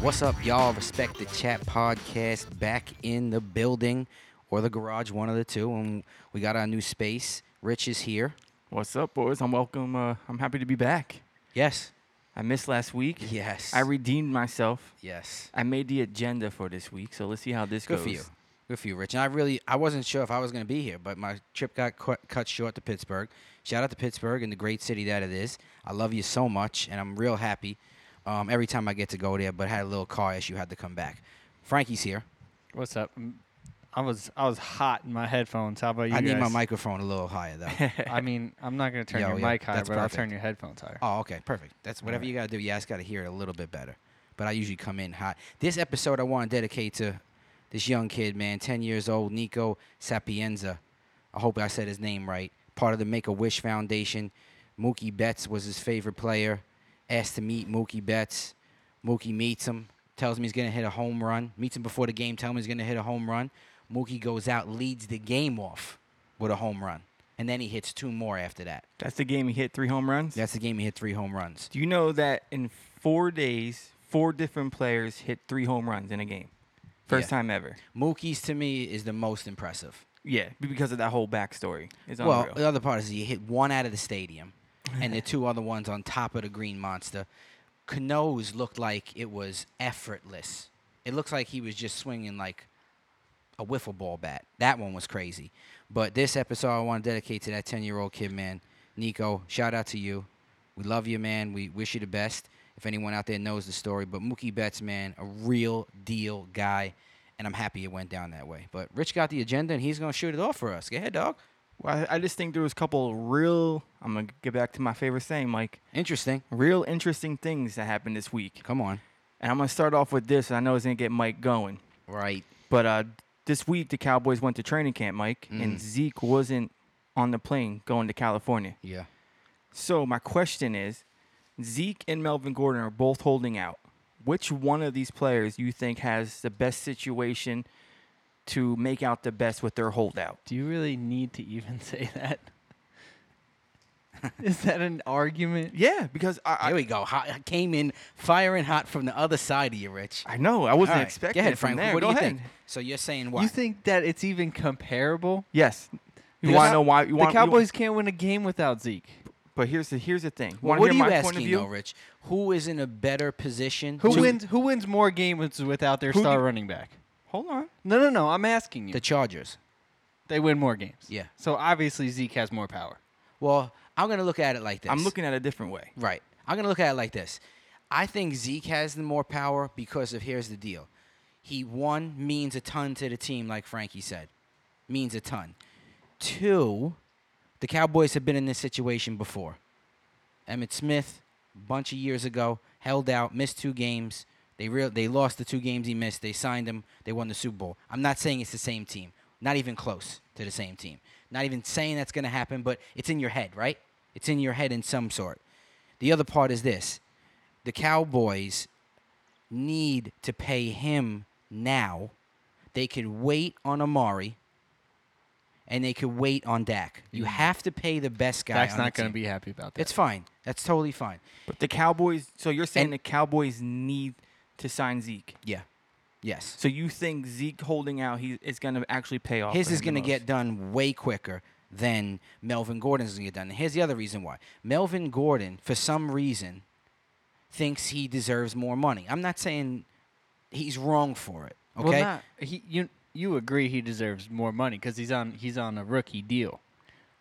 What's up, y'all? Respect the Chat podcast back in the building or the garage, one of the two. And we got our new space. Rich is here. What's up, boys? I'm welcome. Uh, I'm happy to be back. Yes. I missed last week. Yes. I redeemed myself. yes. I made the agenda for this week, so let's see how this Good goes. for you. Good for you, Rich. And I really, I wasn't sure if I was going to be here, but my trip got cut, cut short to Pittsburgh. Shout out to Pittsburgh and the great city that it is. I love you so much, and I'm real happy um, every time I get to go there. But had a little car issue, had to come back. Frankie's here. What's up? Mm, I was I was hot in my headphones. How about you? I need my guys? microphone a little higher though. I mean, I'm not gonna turn Yo, your yeah, mic higher, that's but I'll perfect. turn your headphones higher. Oh, okay, perfect. That's whatever you gotta do. Yeah, I just gotta hear it a little bit better. But I usually come in hot. This episode I want to dedicate to this young kid, man, ten years old, Nico Sapienza. I hope I said his name right. Part of the Make a Wish Foundation. Mookie Betts was his favorite player. Asked to meet Mookie Betts. Mookie meets him, tells him he's gonna hit a home run. Meets him before the game, tells him he's gonna hit a home run. Mookie goes out, leads the game off with a home run, and then he hits two more after that. That's the game he hit three home runs. That's the game he hit three home runs. Do you know that in four days, four different players hit three home runs in a game? First Yeah. time ever. Mookie's to me is the most impressive. Yeah, uh, be- because of that whole backstory. It's Well, unreal. the other part is he hit one out of the stadium, and the two other ones on top of the Green Monster. Canoes looked like it was effortless. It looks like he was just swinging like a wiffle ball bat. That one was crazy. But this episode, I want to dedicate to that 10 year old kid, man. Nico, shout out to you. We love you, man. We wish you the best. If anyone out there knows the story, but Mookie Betts, man, a real deal guy, and I'm happy it went down that way. But Rich got the agenda, and he's gonna shoot it off for us. Go ahead, dog. well, I, I just think there was a couple real. I'm gonna get back to my favorite saying, Mike. Interesting. Real interesting things that happened this week, Come on. and I'm gonna start off with this. And I know it's gonna get Mike going. Right. But uh, this week, the Cowboys went to training camp, Mike, and Zeke wasn't on the plane going to California. Yeah. So my question is, Zeke and Melvin Gordon are both holding out. Which one of these players you think has the best situation to make out the best with their holdout? Do you really need to even say that? Is that an argument? Yeah, because I There I, we go. Hot, I came in firing hot from the other side of you, Rich. I know I wasn't All right. Go expecting it ahead, from Frank. there. What Go do you ahead. think? So you're saying what? You think that it's even comparable? Yes. You The want Cow- to know why? You the wanna- you- Cowboys can't win a game without Zeke. but here's the here's the thing. Well, Wanna what are hear you my point of asking, view? though, Rich? Who is in a better position? Who to- wins? Who wins more games without their Who star do- running back? Hold on. No, no, no. I'm asking you. The Chargers. they win more games. Yeah. So obviously Zeke has more power. Well, I'm gonna look at it like this. I'm looking at it a different way. Right. I'm going to look at it like this. I think Zeke has the more power because of here's the deal. He one means a ton to the team like Frankie said. Means a ton. Two, the Cowboys have been in this situation before. Emmett Smith, bunch of years ago, held out, missed two games. They real they lost the two games he missed. They signed him. They won the Super Bowl. I'm not saying it's the same team. Not even close to the same team. Not even saying that's going to happen, but it's in your head, right? It's in your head in some sort. The other part is this. The Cowboys need to pay him now. They could wait on Amari and they could wait on Dak. You have to pay the best guy. Mm-hmm. Dak's on the not going team. to be happy about that. It's fine. That's totally fine. But the Cowboys. So you're saying And- the Cowboys need to sign Zeke. Yeah. Yes. So you think Zeke holding out he is going to actually pay off? His for is him going the to get most? done way quicker than Melvin Gordon's going to get done. And here's the other reason why. Melvin Gordon, for some reason, thinks he deserves more money. I'm not saying he's wrong for it. Okay. Well, not, he you you agree he deserves more money because he's on he's on a rookie deal.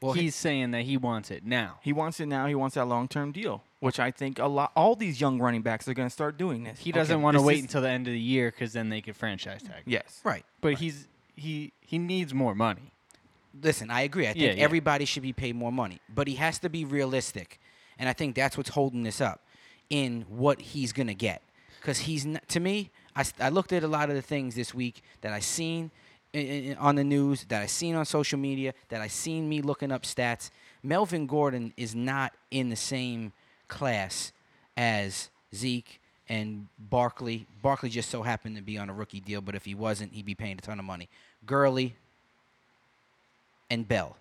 Well, he- he's saying that he wants it now. He wants it now. He wants that long term deal, which I think a lot. All these young running backs are going to start doing this. He doesn't Okay, want to this wait is- until the end of the year because then they could franchise tag. him. Yes. Right. but he's he he needs more money. listen, I agree. I think Yeah, yeah. everybody should be paid more money, but he has to be realistic, and I think that's what's holding this up in what he's gonna get. Because he's not, to me, I, s- I looked at a lot of the things this week that I seen i- i- i- on the news, that I seen on social media, that I seen me looking up stats. Melvin Gordon is not in the same class as Zeke and Barkley. Barkley just so happened to be on a rookie deal, but if he wasn't, he'd be paying a ton of money. Gurley, and Bell.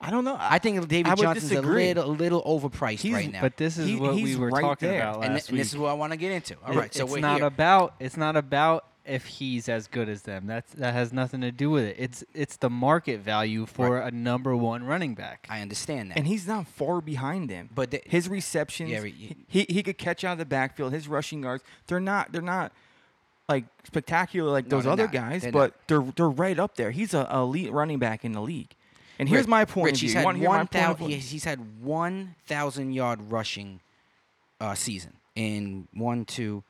I don't know. I think David I would Johnson's disagree. a little a little overpriced He's- right now. But this is He- what we he's were right talking there. about last and, thi- week. and this is what I want to get into. All It- right, so it's we're not here. about it's not about if he's as good as them. That's that has nothing to do with it. It's it's the market value for a number one running back. I understand that. and he's not far behind them. But the- his receptions, Yeah, but he, you- he could catch out of the backfield. His rushing yards, they're not they're not like spectacular like No, those they're other not. guys, They're but they're they're right up there. He's a, a elite running back in the league. And here's Rich- my point. Rich, of view. he's You had wanna hear my one point thou- of view? he's, he's had one thousand yard rushing uh, season in one, two,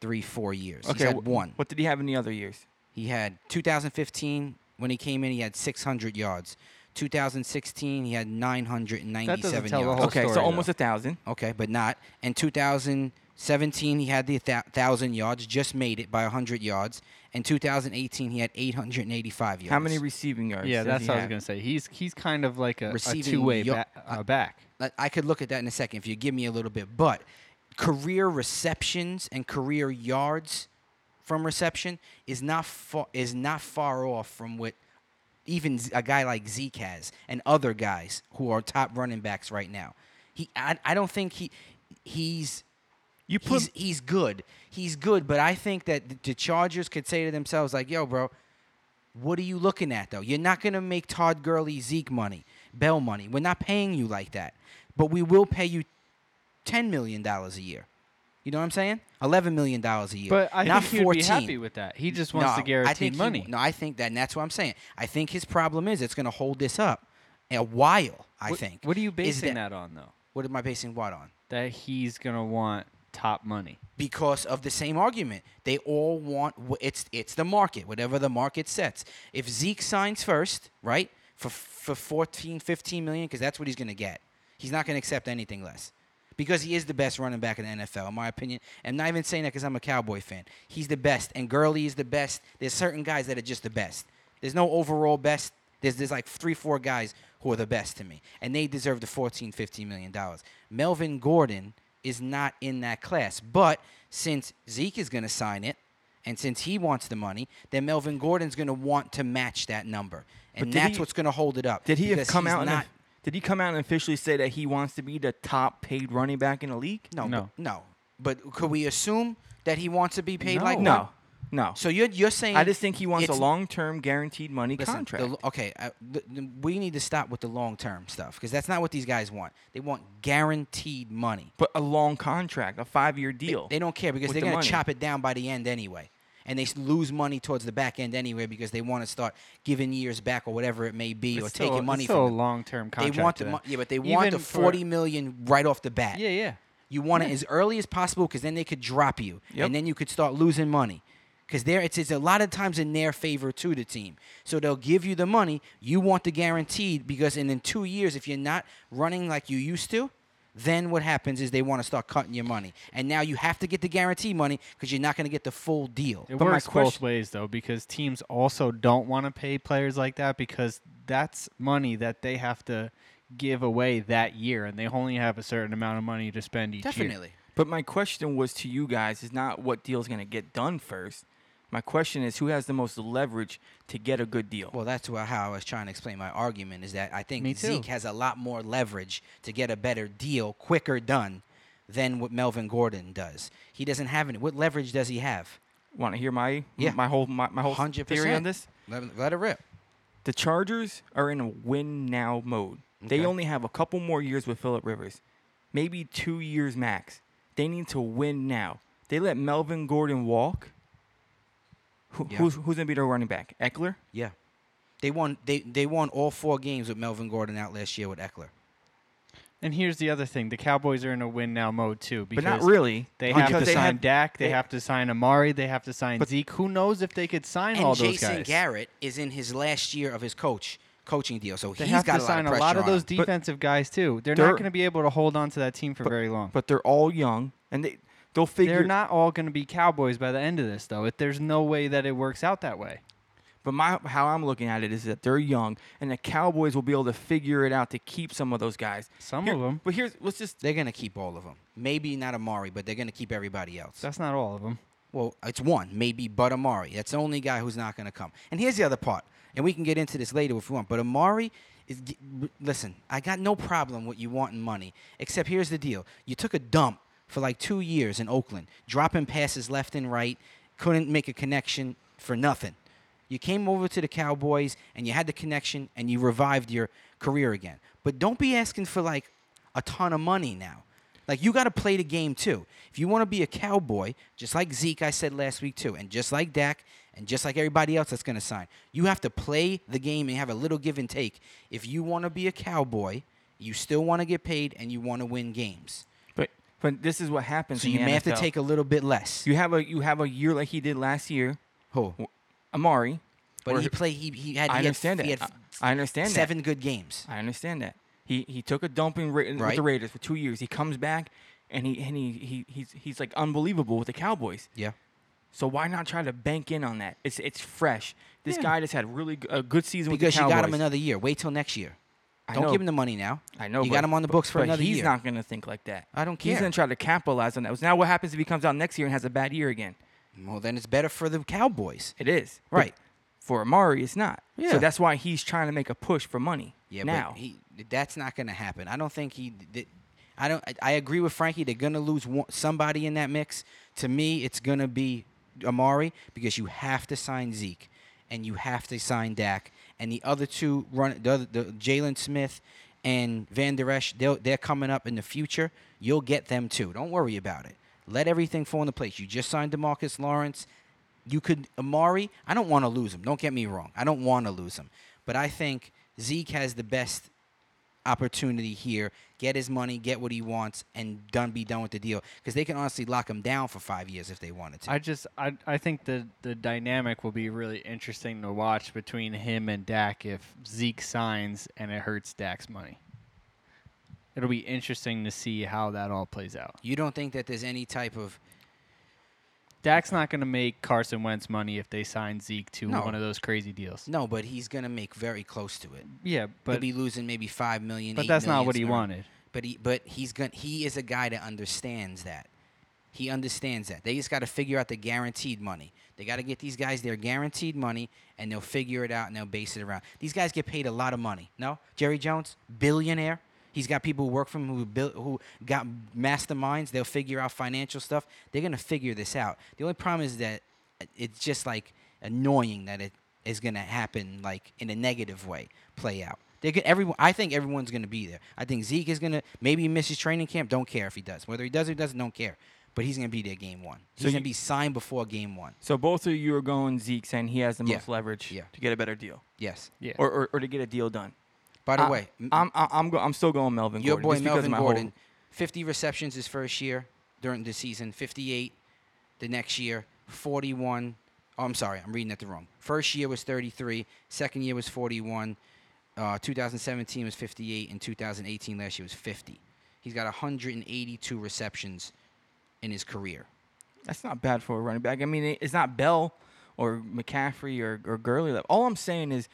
three, four years. he's had wh- one. What did he have in the other years? He had 2015 when he came in. He had 600 yards. 2016 he had 997 tell the yards. Whole okay, so story, almost though. a thousand. Okay, but not. And 2017, he had the 1,000 yards, just made it by 100 yards. And 2018, he had 885 yards. How many receiving yards? yeah, does that's he what I was have? gonna say. He's he's kind of like a, a Receiving two way yo- ba- uh, back. I- I could look at that in a second if you give me a little bit. But career receptions and career yards from reception is not far, is not far off from what even Z- a guy like Zeke has and other guys who are top running backs right now. He, I, I don't think he, he's You put he's he's good. He's good, but I think that th- the Chargers could say to themselves like, "Yo, bro, what are you looking at though? You're not gonna make Todd Gurley, Zeke money, Bell money. We're not paying you like that, but we will pay you ten million dollars a year. You know what I'm saying? Eleven million dollars a year, But I not think he'd 14. be happy with that. He just wants to I guarantee think he- money. no, I think that and that's what I'm saying. I think his problem is it's gonna hold this up a while. I What- think. What are you Is basing that- that on though? What am I basing what on? That he's gonna want top money. because of the same argument. They all want wh- it's it's the market, whatever the market sets. If Zeke signs first, right? For for 14, 15 million because that's what he's going to get. He's not going to accept anything less. Because he is the best running back in the NFL, in my opinion. I'm not even saying that because I'm a Cowboy fan. He's the best, and Gurley is the best. There's certain guys that are just the best. There's no overall best. There's there's like three, four guys who are the best to me, and they deserve the 14, 15 million dollars. Melvin Gordon is not in that class. But since Zeke is going to sign it, and since he wants the money, then Melvin Gordon's going to want to match that number, and did that's he- what's going to hold it up. Did he have because come he's out? and Not, did he come out and officially say that he wants to be the top paid running back in the league? no, No. But, no. But could we assume that he wants to be paid like no, one? no. So you're you're saying I just think he wants a it's- long-term guaranteed money Listen, the contract. l- okay, I, the, the- we need to stop with the long term stuff because that's not what these guys want. They want guaranteed money. but a long contract, a five-year deal. They don't care because With they're the going money. to chop it down by the end anyway. And they s- lose money towards the back end anyway because they want to start giving years back or whatever it may be or It's still, taking money it's still a from them. long term They contract. want to the them. mo- yeah, but they want the Even for- forty million right off the bat. Yeah, yeah. You want it as early as possible because then they could drop you, Yep. and then you could start losing money. Because there, it's, it's a lot of times in their favor to the team. So they'll give you the money. You want the guaranteed because in, in two years, if you're not running like you used to, then what happens is they want to start cutting your money, and now you have to get the guarantee money because you're not going to get the full deal. It But my works both question- ways though, because teams also don't want to pay players like that because that's money that they have to give away that year, and they only have a certain amount of money to spend each year. Definitely. But my question was to you guys is not what deal's going to get done first. My question is who has the most leverage to get a good deal? Well, that's wha- how I was trying to explain my argument is that I Me think too. Zeke has a lot more leverage to get a better deal quicker done than what Melvin Gordon does. He doesn't have any. What leverage does he have? Want to hear my Yeah. my whole my, my whole 100%. theory on this? Let, let it rip. The Chargers are in a win now mode. They Okay. only have a couple more years with Philip Rivers, maybe two years max. They need to win now. They let Melvin Gordon walk. Who, Yeah. Who's who's gonna be their running back? Eckler. Yeah. They won. They they won all four games with Melvin Gordon out last year with Eckler. And here's the other thing: the Cowboys are in a win now mode too, because But not really. They have to because sign had- Dak. They, they- have to sign Amari. They have to sign Zeke. Who knows if they could sign And all those Jason guys? Garrett is in his last year of his coach coaching deal, so they he's have got to a lot sign of pressure a lot of on those him. defensive guys too. They're, They're- not going to be able to hold on to that team for very long. But they're all young, and they they'll figure. they're not all going to be Cowboys by the end of this, though. It, there's no way that it works out that way. But my how I'm looking at it is that they're young, and the Cowboys will be able to figure it out to keep some of those guys. Some Here- of them. But here's let's just They're gonna keep all of them. Maybe not Amari, but they're gonna keep everybody else. That's not all of them. Well, it's one, maybe, but Amari. That's the only guy who's not going to come. And here's the other part, and we can get into this later if we want. But Amari Is- g- r- Listen, I got no problem with you wanting money, except here's the deal: you took a dump for like two years in Oakland, dropping passes left and right, couldn't make a connection for nothing. You came over to the Cowboys and you had the connection and you revived your career again. But don't be asking for like a ton of money now. Like you got to play the game too. If you want to be a cowboy, just like Zeke, I said last week too, and just like Dak, and just like everybody else that's going to sign, you have to play the game and have a little give and take. If you want to be a cowboy, you still want to get paid and you want to win games, But but this is what happens. so in you the may have to NFL. take a little bit less. You have a you have a year like he did last year, Who? Amari. But or- he played. He he had. I he understand had, He that. had I, I understand that. seven good games. I understand that. He he took a dump in, Ra- with the Right. Raiders for two years. He comes back and he and he, he he's he's like unbelievable with the Cowboys. Yeah. So why not try to bank in on that? It's it's fresh. This Yeah. guy just had really g- a good season with Because the you Cowboys. got him another year. Wait till next year. I Don't know. give him the money now. I know You but- got him on the but- books for but another he's year. not going to think like that. I don't He's care. going to try to capitalize on that. So now what happens if he comes out next year and has a bad year again? Well, then it's better for the Cowboys. It is But Right. for Amari. It's not. Yeah. So that's why he's trying to make a push for money. Yeah, now. but he that's not going to happen. I don't think he. Did, I don't. I, I agree with Frankie. They're going to lose one, somebody in that mix. To me, it's going to be Amari because you have to sign Zeke, and you have to sign Dak, and the other two run the, other- the Jalen Smith and Van Der Esch. They'll, they're coming up in the future. You'll get them too. Don't worry about it. Let everything fall into place. You just signed Demarcus Lawrence. You could Amari. I don't want to lose him. Don't get me wrong. I don't want to lose him, but I think Zeke has the best opportunity here. Get his money, get what he wants, and done. Be done with the deal because they can honestly lock him down for five years if they wanted to. I just I I think the the dynamic will be really interesting to watch between him and Dak if Zeke signs and it hurts Dak's money. It'll be interesting to see how that all plays out. you don't think that there's any type of Dak's not going to make Carson Wentz money if they sign Zeke to No. one of those crazy deals. no, but he's gonna make very close to it. Yeah, He'll but be losing maybe five million. but eight that's not million what he somewhere. wanted. But he but he's gonna he is a guy that understands that. He understands that. They just got to figure out the guaranteed money. They got to get these guys their guaranteed money, and they'll figure it out and they'll base it around. These guys get paid a lot of money. No, Jerry Jones, billionaire. He's got people who work for him who built, who got masterminds. They'll figure out financial stuff. They're gonna figure this out. The only problem is that it's just like annoying that it is gonna happen like in a negative way play out. They could everyone. I think everyone's gonna be there. I think Zeke is gonna maybe he misses training camp. Don't care if he does. Whether he does or doesn't, don't care but he's going to be there game one. He's So going you- to be signed before game one. so both of you are going Zeke saying he has the Yeah. most leverage Yeah. to get a better deal Yes. Yeah. or, or or to get a deal done. By the I- way, m- I'm I- I'm go, I'm still going Melvin. your Gordon, boy just because Melvin of my whole- Gordon, 50 receptions his first year during the season, 58 the next year, 41. Oh, I'm sorry, I'm reading that the wrong. First year was 33, second year was 41, uh, 2017 was 58, and 2018 last year was 50. He's got 182 receptions in his career. that's not bad for a running back. I mean, it- it's not Bell or McCaffrey or or Gurley. Like, All I'm saying is,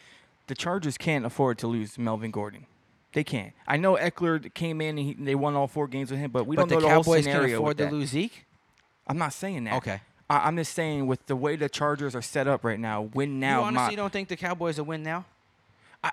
the Chargers can't afford to lose Melvin Gordon. They can't. I know Eckler came in and he, they won all four games with him, but we but don't know the the whole Cowboys scenario. can afford with to that. lose Zeke? I'm not saying that. Okay. I, I'm just saying with the way the Chargers are set up right now, win now. you honestly my- don't think the Cowboys will win now? I, I-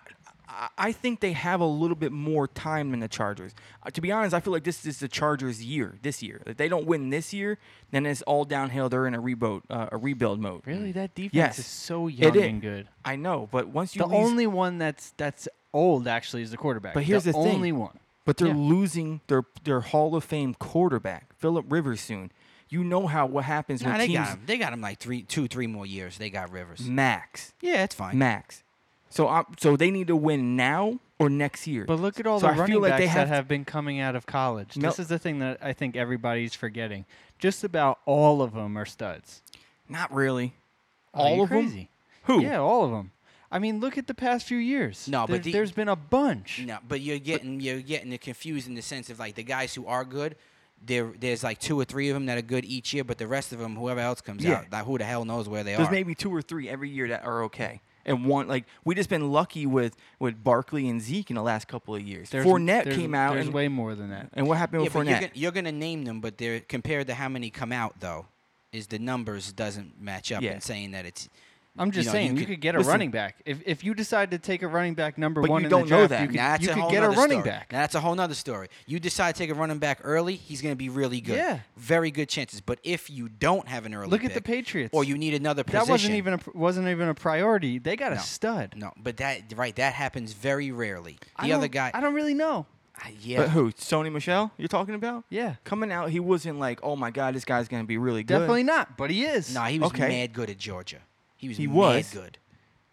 I think they have a little bit more time than the Chargers. Uh, to be honest, I feel like this is the Chargers' year this year. If they don't win this year, then it's all downhill. They're in a rebuild, uh, a rebuild mode. Really, that defense Yes. is so young is. and good. I know, but once you The lose- only one that's that's old actually is the quarterback. But here's the thing. only one. but they're Yeah. losing their their Hall of Fame quarterback, Philip Rivers, soon. You know how what happens Nah, when they teams Mm-hmm. got him. They got him like three, two, three more years. They got Rivers. max Yeah, it's fine. max. So I'm, so they need to win now or next year. But look at all So I the feel running like backs they have that to- have been coming out of college. Mel- this is the thing that I think everybody's forgetting. Just about all of them are studs. Not really. Are All you of them? crazy? Who? Yeah, all of them. I mean, look at the past few years. No, but There's- the- there's been a bunch. No, but you're getting you're getting it confused in the sense of like the guys who are good. There, there's like two or three of them that are good each year, but the rest of them, whoever else comes Yeah. out, like who the hell knows where they There's are? maybe two or three every year that are okay. And one like we just been lucky with with Barkley and Zeke in the last couple of years. There's, Fournette there's- came out There's and, way more than that. and what happened yeah, with but you're, Fournette? gonna, you're gonna name them, but they're compared to how many come out though, is the numbers doesn't match up Yeah. and saying that it's I'm just know, you saying you, could- could, get a listen. running back. If if you decide to take a running back number But you one, in don't the know draft, that. You could, Now that's you a could whole get a nother running story. back. Now that's a whole nother story. You decide to take a running back early, he's going to be really good. Yeah. Very good chances. But if you don't have an early Look at the pick, Patriots. or you need another position. that wasn't even a, pr- wasn't even a priority. They got a No. stud. No, but that right that happens very rarely. I The other don't- guy, I don't really know. I- yeah, But who? Sony Michelle? You're talking about? Yeah, Coming out, he wasn't like, oh my god, this guy's gonna be really good. definitely not. But he is. no, he was Okay. mad good at Georgia. He was He mad was. good.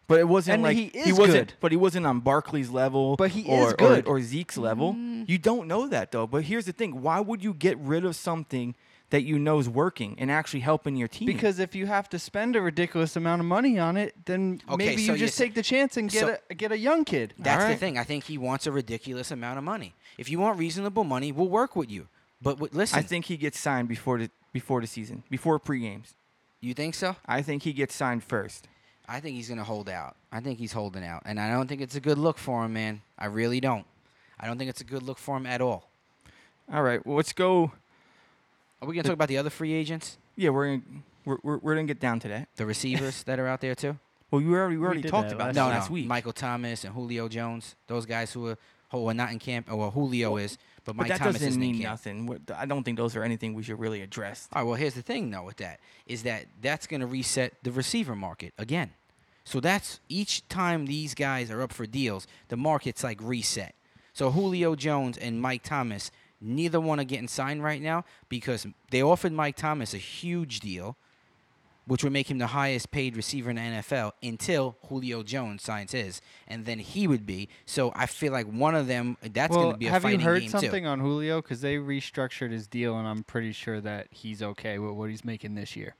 But it wasn't And like he is wasn't, good. But he wasn't on Barkley's level. But he is or, or- good. Mm. Or, Zeke's level. You don't know that though. But here's the thing: why would you get rid of something that you know is working and actually helping your team? Because if you have to spend a ridiculous amount of money on it, then Okay, maybe so you you're just sa- take the chance and get so- a get a young kid. That's the Alright. thing. I think he wants a ridiculous amount of money. If you want reasonable money, we'll work with you. But w- listen, I think he gets signed before the before the season, before pre-games. you think so? I think he gets signed first. I think he's gonna hold out. I think he's holding out, and I don't think it's a good look for him, man. I really don't. I don't think it's a good look for him at all. All right, well, let's go. Are we gonna talk about the other free agents, Yeah, we're gonna we're, we're, we're gonna get down to that. the receivers that are out there too? Well, you already we already did talked that about last that No, time. last no. week. Michael Thomas and Julio Jones, those guys who are who are not in camp. oh, Well, Julio is, but but Mike that Thomas doesn't isn't mean in camp. nothing. What- I don't think those are anything we should really address. All right. Well, here's the thing, though, with that is that that's going to reset the receiver market again. So that's each time these guys are up for deals, the market's like reset. So Julio Jones and Mike Thomas, neither one are getting signed right now because they offered Mike Thomas a huge deal, which would make him the highest paid receiver in the NFL until Julio Jones signs his, and then he would be. So I feel like one of them, that's well, going to be a have you fighting heard game something too. on Julio? Because they restructured his deal, and I'm pretty sure that he's okay with what he's making this year,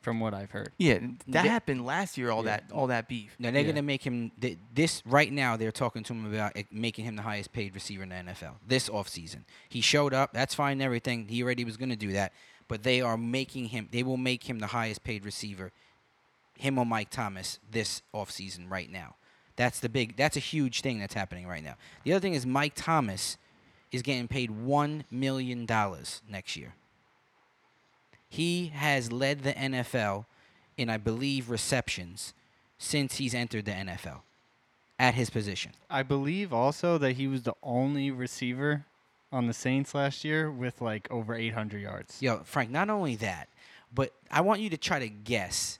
from what I've heard. Yeah, that Yeah. happened last year. All that all that beef. No, they're Yeah. gonna make him th- this right now. They're talking to him about it- making him the highest paid receiver in the NFL this offseason. He showed up. That's fine. and Everything. He already was gonna do that, but they are making him. They will make him the highest paid receiver. Him or Mike Thomas this offseason right now. That's the big. That's a huge thing that's happening right now. The other thing is Mike Thomas is getting paid one million dollars next year. He has led the NFL in, I believe, receptions since he's entered the NFL at his position. I believe also that he was the only receiver on the Saints last year with like over 800 yards. Yo, Frank, not only that, but I want you to try to guess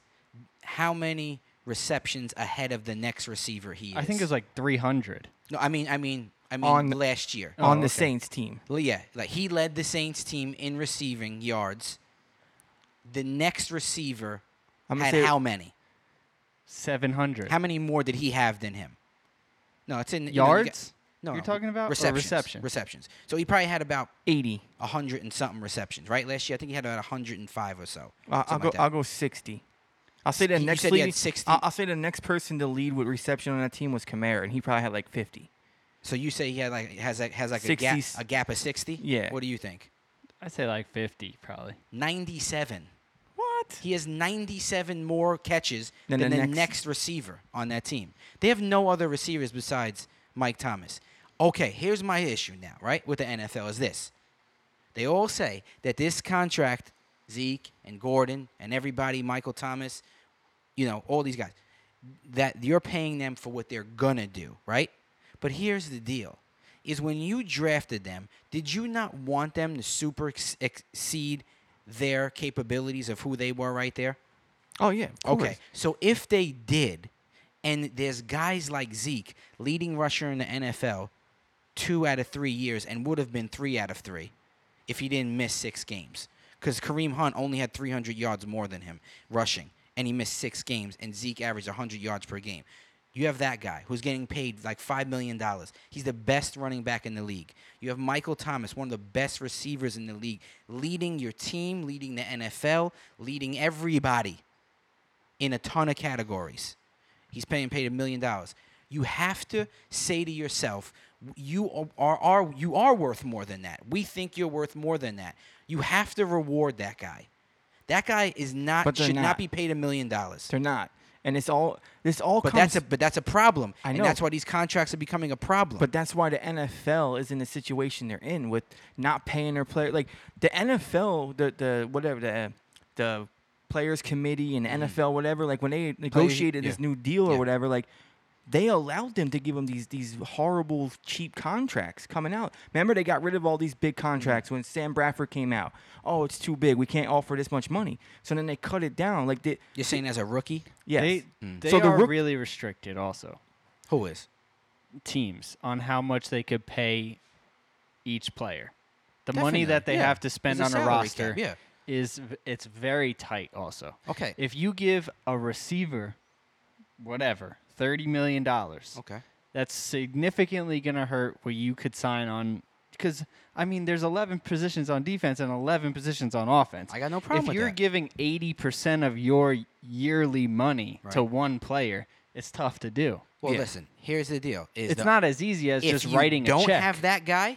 how many receptions ahead of the next receiver he is. I think it was like 300. No, I mean, I mean, I mean, On- last year. Oh, on the okay. Saints team. Well, yeah, like he led the Saints team in receiving yards. The next receiver I'm gonna had say- how many? 700 How many more did he have than him? No, it's in you know, you got- yards. no, You're no, talking about? Or receptions, reception? Receptions. So he probably had about 80. a hundred and something receptions, right? Last year, I think he had about hundred and five or so. I'll, I'll something go. like that. I'll go 60. I'll say the You next said you had lead- 60? I'll, I'll say the next person to lead with reception on that team was Kamara, and he probably had like 50. so you say he had like has like, has like a gap 60s. a gap of sixty. Yeah. What do you think? I'd say like 50 probably. Ninety-seven. What? He has ninety-seven more catches Than than the the next. next- receiver on that team. They have no other receivers besides Mike Thomas. Okay, here's my issue now, right? With the NFL is this: they all say that this contract, Zeke and Gordon and everybody, Michael Thomas, you know, all these guys, that you're paying them for what they're gonna do, right? But here's the deal: is when you drafted them, did you not want them to super ex- exceed their capabilities of who they were right there? Oh yeah. of Okay, course. so if they did, and there's guys like Zeke, leading rusher in the NFL, two out of three years, and would have been three out of three if he didn't miss six games. Because Kareem Hunt only had 300 yards more than him rushing, and he missed six games, and Zeke averaged 100 yards per game. You have that guy who's getting paid like $5 million. He's the best running back in the league. You have Michael Thomas, one of the best receivers in the league, leading your team, leading the NFL, leading everybody in a ton of categories. He's paying paid a million dollars. You have to say to yourself, you are, are you are worth more than that. We think you're worth more than that. You have to reward that guy. That guy is not But they're should not. not. be paid a million dollars. They're not, and it's all. This all. But comes, that's a but that's a problem. I And know. that's why these contracts are becoming a problem. But that's why the NFL is in the situation they're in with not paying their player. Like the NFL, the the whatever the the players committee and NFL whatever like when they negotiated this Mm-hmm. yeah. new deal or Yeah. whatever like they allowed them to give them these these horrible cheap contracts coming out. Remember they got rid of all these big contracts Mm-hmm. when Sam Bradford came out. Oh, it's too big. We can't offer this much money. So then they cut it down like they, You're saying as a rookie? yes. They Hmm. they So the are rook- really restricted also Who is? teams on how much they could pay each player. The money Definitely, that they yeah. have to spend There's on a a salary roster cap, yeah. is v- it's very tight also. Okay. If you give a receiver whatever, 30 million dollars. Okay. that's significantly going to hurt what you could sign on because I mean there's 11 positions on defense and 11 positions on offense. I got no problem If with you're that. giving 80% of your yearly money to Right. one player, it's tough to do. Well, Yeah. listen. Here's the deal: is It's the- not as easy as if just you writing don't a check. have that guy,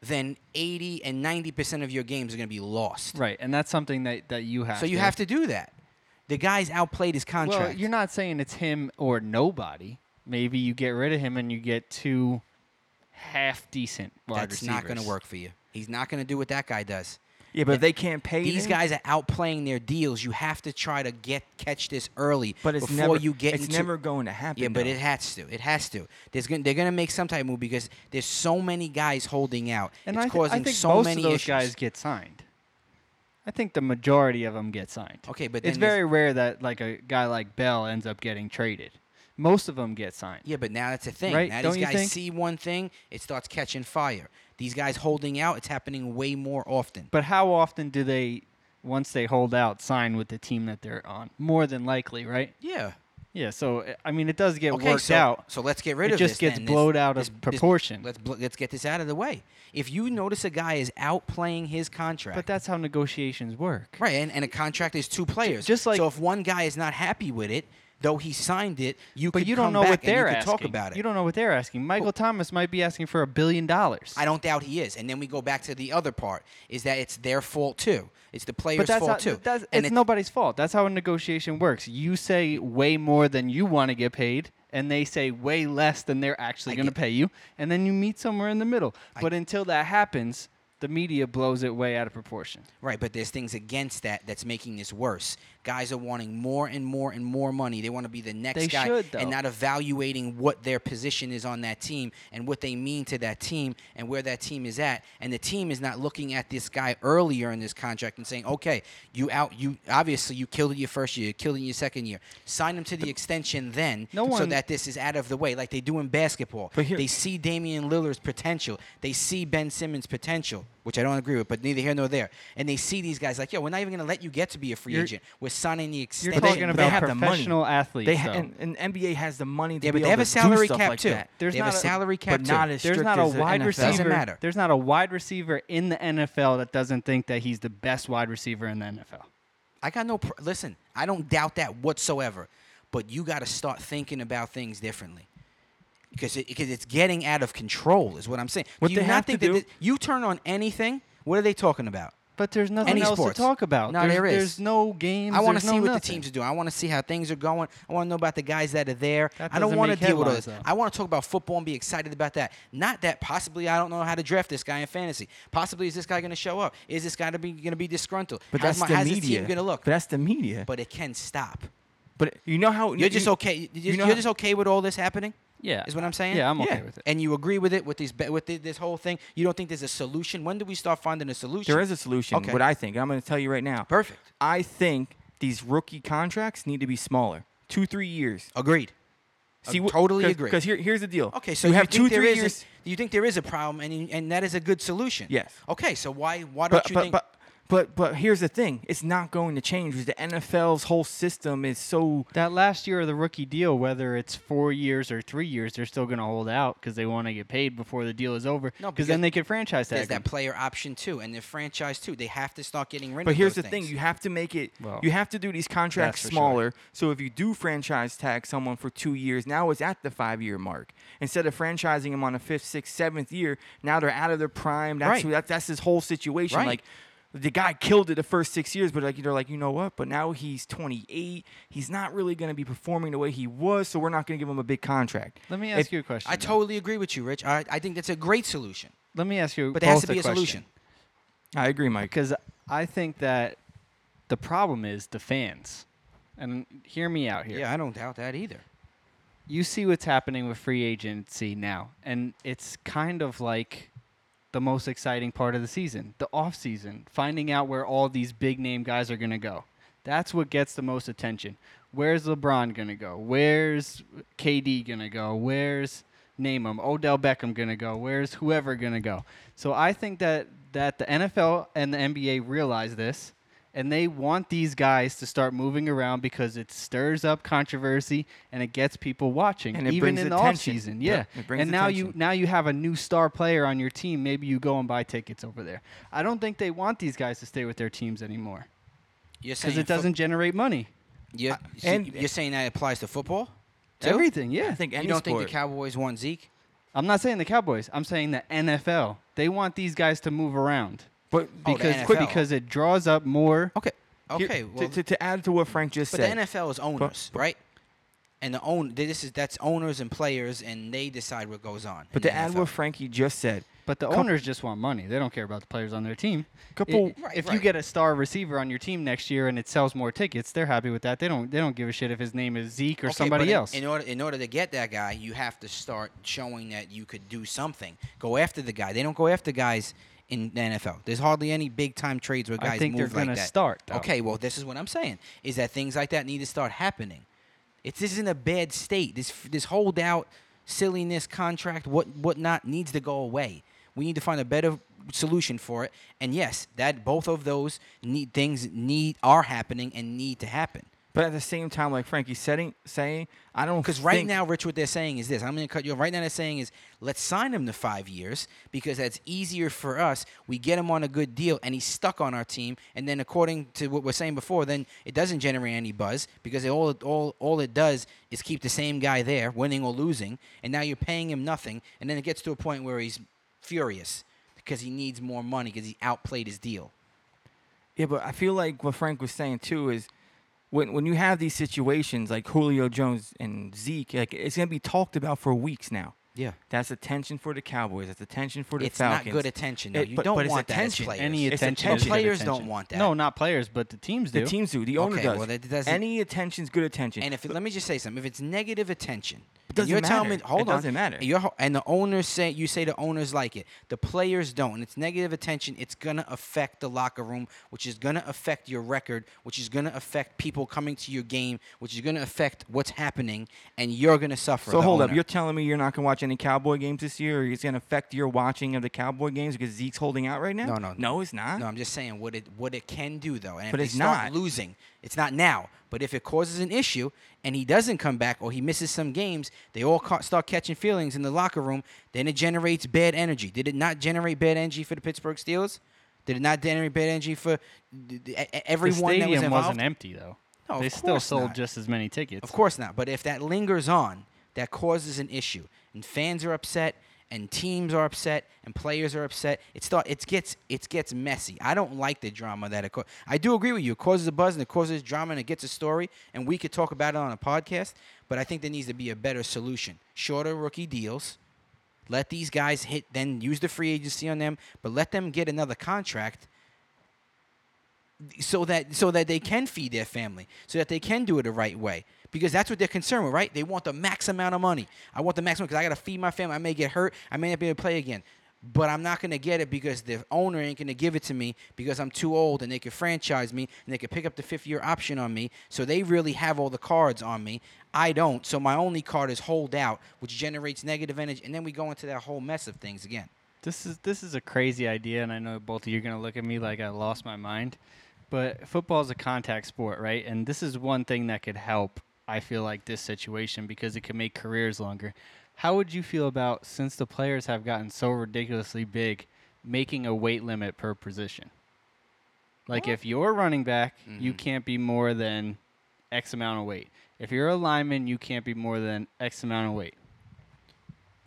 then 80 and 90 percent of your games are going to be lost. Right, and that's something that, that you have So you to. have to do that. The guy's outplayed his contract. Well, you're not saying it's him or nobody. Maybe you get rid of him and you get two half decent wide That's not going to receivers. work for you. He's not going to do what that guy does. yeah, but if they can't pay These them- guys are outplaying their deals. You have to try to get catch this early but it's before never you get it's into never going to happen. Yeah, but though. it has to. It has to. There's gonna, they're going to make some type of move because there's so many guys holding out. And it's I, thi- I causing think so most many of those issues. guys get signed. I think the majority of them get signed. Okay, but it's then there's- very rare that like a guy like Bell ends up getting traded. Most of them get signed. Yeah, but now that's a thing. Right? Now Don't these you guys think? see one thing, it starts catching fire. These guys holding out, it's happening way more often. But how often do they, once they hold out, sign with the team that they're on? More than likely, right? yeah. Yeah. So I- I mean, it does get Okay, worked so, out. so let's get rid It of just this gets then. blowed out of proportion. let's bl- let's get this out of the way. If you notice a guy is outplaying his contract, But that's how negotiations work. Right, and, and a contract is two players. just like- so, if one guy is not happy with it, though he signed it, you But could you don't come know back what and they're you could asking. talk about it. You don't know what they're asking. Michael Thomas might be asking for a billion dollars. I don't doubt he is. And then we go back to the other part: is that it's their fault too. It's the player's But that's fault how, too. That's, and it's, nobody's fault. That's how a negotiation works. You say way more than you want to get paid, and they say way less than they're actually I going to get- pay you, and then you meet somewhere in the middle. but until that happens, the media blows it way out of proportion. Right, but there's things against that that's making this worse. Guys are wanting more and more and more money. They want to be the next They guy should, though. and not evaluating what their position is on that team and what they mean to that team and where that team is at. And the team is not looking at this guy earlier in this contract and saying, "Okay, you out you obviously you killed it your first year, you killed it your second year. Sign him to the extension then No so one- that this is out of the way like they do in basketball. But here- they see Damian Lillard's potential. They see Ben Simmons' potential, which I don't agree with, but neither here nor there. And they see these guys like, yo, we're not even going to let you get to be a free You're- agent. We're signing the extension. You're they- talking they about have the money. professional athletes. They ha- though. and, and NBA has the money to yeah, be but they have able a to do salary stuff cap like too. that. There's There's they have a not a- salary cap but too. not as there's strict not a as the wide NFL. receiver. Doesn't matter. There's not a wide receiver in the NFL that doesn't think that he's the best wide receiver in the NFL. I got no. Pr- Listen, I don't doubt that whatsoever. But you got to start thinking about things differently. Because it, because it's getting out of control is what I'm saying. What do you they not have to think do- that thi- you turn on anything? What are they talking about? But there's nothing Any else sports. to talk about. No, there's, there is. There's no games. I want to see what the teams are doing. I want to see how things are going. I want to know about the guys that are there. That I don't doesn't want to make deal with those. headlines, though. I want to talk about football and be excited about that. Not that possibly I don't know how to draft this guy in fantasy. Possibly is this guy going to show up? Is this guy to be going to be disgruntled? But how's that's my, the how's media. this team going to look? But But, that's the media. But, it can stop. you know how You're just you- okay. You're, you know you're how- just okay with all this happening. Yeah. Is what I'm saying? Yeah, I'm okay Yeah. with it. And you agree with it with these ba- with thi- this whole thing. You don't think there's a solution. When do we start finding a solution? There is a solution. Okay. What I think, and I'm going to tell you right now. Perfect. I think these rookie contracts need to be smaller, two three years. Agreed. See, totally agree. Because here, here's the deal. Okay, so you you have think two there three is a- years. you think there is a problem, and and that is a good solution. Yes. Okay, so why why don't But you but, think? but but but here's the thing. It's not going to change because the NFL's whole system is so. That last year of the rookie deal, whether it's four years or three years, they're still going to hold out because they want to get paid before the deal is over. No, because because then they could franchise there's tag that that. player option too, and the franchise too. They have to start getting rid of. But here's the those thing: things. you have to make it. Well, you have to do these contracts that's for sure. smaller. So if you do franchise tag someone for two years, now it's at the five-year mark. Instead of franchising them on a fifth, sixth, seventh year, now they're out of their prime. That's Right. who, that, that's his whole situation. Right. Like the guy killed it the first six years, but like they're like, you know what? But now he's 28. He's not really going to be performing the way he was, so we're not going to give him a big contract. Let me ask If- you a question. I though. totally agree with you, Rich. I, I think that's a great solution, Let me ask you. but there has both to be a question. solution. I agree, Mike. because I think that The problem is the fans. And hear me out here. Yeah, I don't doubt that either. you see what's happening with free agency now and it's kind of like the most exciting part of the season the off season finding out where all these big name guys are going to go that's what gets the most attention where's lebron going to go where's kd going to go where's name 'em, odell beckham going to go where's whoever going to go so i think that that the nfl and the nba realize this and they want these guys to start moving around because it stirs up controversy and it gets people watching And it even brings in the attention. offseason Yeah, yeah, it brings and now you attention. now you have a new star player on your team maybe you go and buy tickets over there i don't think they want these guys to stay with their teams anymore You're saying because it fo- doesn't generate money You're, so and- you're saying that applies to football? to everything yeah I think You any don't think sport. the Cowboys want Zeke? i'm not saying the cowboys i'm saying the nfl they want these guys to move around but Oh, the because NFL. because it draws up more Okay. here- Okay. to- well, to, to add to what Frank just but said, the NFL is owners, right? And the own this is that's owners and players, and they decide what goes on. but in to add NFL. what Frankie just said, but the Couple- owners just want money they don't care about the players on their team Couple- I- Right, if you right. get a star receiver on your team next year and it sells more tickets they're happy with that they don't they don't give a shit if his name is zeke or Okay, but somebody in- else In order, in order to get that guy, you have to start showing that you could do something. Go after the guy. They don't go after guys in the NFL. There's hardly any big time trades where I guys think they're move like gonna that. start, though. Okay, well, this is what I'm saying: is that things like that need to start happening. It's this isn't a bad state. This this holdout silliness contract, what whatnot, needs to go away. We need to find a better solution for it. And yes, that both of those need things need are happening and need to happen. but at the same time, like Frankie setting saying, I don't Because right think- now, Rich, what they're saying is this. I'm going to cut you off. Right now, they're saying is let's sign him to five years because that's easier for us. We get him on a good deal, and he's stuck on our team. And then, according to what we're saying before, then it doesn't generate any buzz because it, all it all all it does is keep the same guy there, winning or losing. And now you're paying him nothing, and then it gets to a point where he's furious because he needs more money because he outplayed his deal. Yeah, but I feel like what Frank was saying too is when when you have these situations like Julio Jones and Zeke, like it's gonna be talked about for weeks now. Yeah, That's attention for the Cowboys. That's attention for the it's Falcons. not good attention. Though. It- you but- don't but it's want that as attention. players. any It's attention. attention. is good Players don't attention. want that. No, not players, but the teams do. The teams do. The owner Okay, does. well, that doesn't- Any attention's good attention. And if it, let me just say something, if it's negative attention, It and you're doesn't telling me, matter. hold It on, doesn't matter. You're, ho- and the owners say you say the owners like it, the players don't, and it's negative attention. It's gonna affect the locker room, which is gonna affect your record, which is gonna affect people coming to your game, which is gonna affect what's happening, and you're gonna suffer. so the hold up, owner. you're telling me you're not gonna watch any Cowboy games this year, or it's gonna affect your watching of the Cowboy games because Zeke's holding out right now? No, no, no, it's not. No, I'm just saying what it what it can do though. And But if it's they start not. losing, it's not now. But if it causes an issue and he doesn't come back or he misses some games, they all ca- start catching feelings in the locker room. Then it generates bad energy. Did it not generate bad energy for the Pittsburgh Steelers? Did it not generate bad energy for th- th- e- e- the everyone that stadium was involved? wasn't empty though. No, of they still course sold not. just as many tickets. Of course not. But if that lingers on, that causes an issue, and fans are upset, and teams are upset, and players are upset. It start it gets it gets messy. I don't like the drama that it. causes. I do agree with you. It causes a buzz and it causes drama and it gets a story, and we could talk about it on a podcast. But I think there needs to be a better solution: shorter rookie deals. Let these guys hit, then use the free agency on them, but let them get another contract so that so that they can feed their family, so that they can do it the right way. Because that's what they're concerned with, right? They want the max amount of money. I want the maximum because I got to feed my family. I may get hurt. I may not be able to play again. But I'm not going to get it because the owner ain't going to give it to me because I'm too old and they could franchise me and they could pick up the fifth year option on me. So they really have all the cards on me. I don't. So my only card is hold out, which generates negative energy. And then we go into that whole mess of things again. This is this is a crazy idea, and I know both of you are gonna look at me like I lost my mind. But football is a contact sport, right? And this is one thing that could help. I feel like this situation because it could make careers longer. How would you feel about since the players have gotten so ridiculously big, making a weight limit per position? Like if you're a running back, you can't be more than X amount of weight. If you're a lineman, you can't be more than X amount of weight.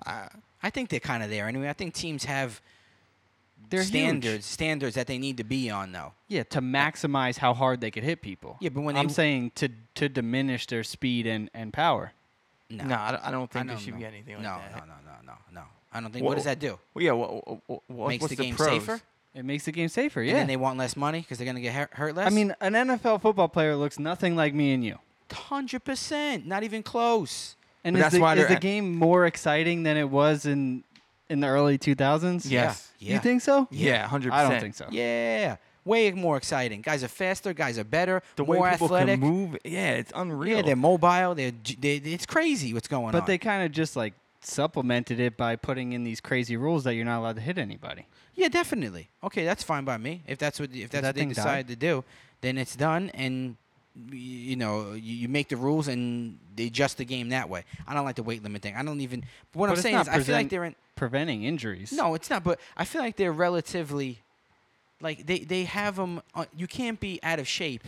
I think they're kind of there anyway. I think teams have They're huge. standards standards that they need to be on though. Yeah, to maximize how hard they could hit people. Yeah, but when I'm they- saying to to diminish their speed and, and power. No, no, I don't, I don't I think there don't should know. be anything like no, that. No, no, no, no, no. I don't think. what does Well- that do? Well, yeah. What, what, what's Makes what's the the game pros? safer? It makes the game safer. And Yeah. then they want less money because they're going to get hurt, hurt less. I mean, an NFL football player looks nothing like me and you. 100%. Not even close. And But is, that's the, why is they're the at- game more exciting than it was in in the early 2000s? Yeah. Yes. Yeah. You think so? Yeah, hundred I percent. don't think so. Yeah. Way more exciting. Guys are faster. Guys are better. The more way people athletic. can move, yeah, it's unreal. Yeah, they're mobile. They're, j- they it's crazy what's going on. But they kind of just like supplemented it by putting in these crazy rules that you're not allowed to hit anybody. yeah, definitely. Okay, that's fine by me. If that's what if that's that what they thing die? decide to do, then it's done, and y- you know you, you make the rules and they adjust the game that way. I don't like the weight limit thing. I don't even. What But I'm it's saying is, not I feel like present- they're in. Preventing injuries. No, it's not. But I feel like they're relatively, like they they have them. Uh, you can't be out of shape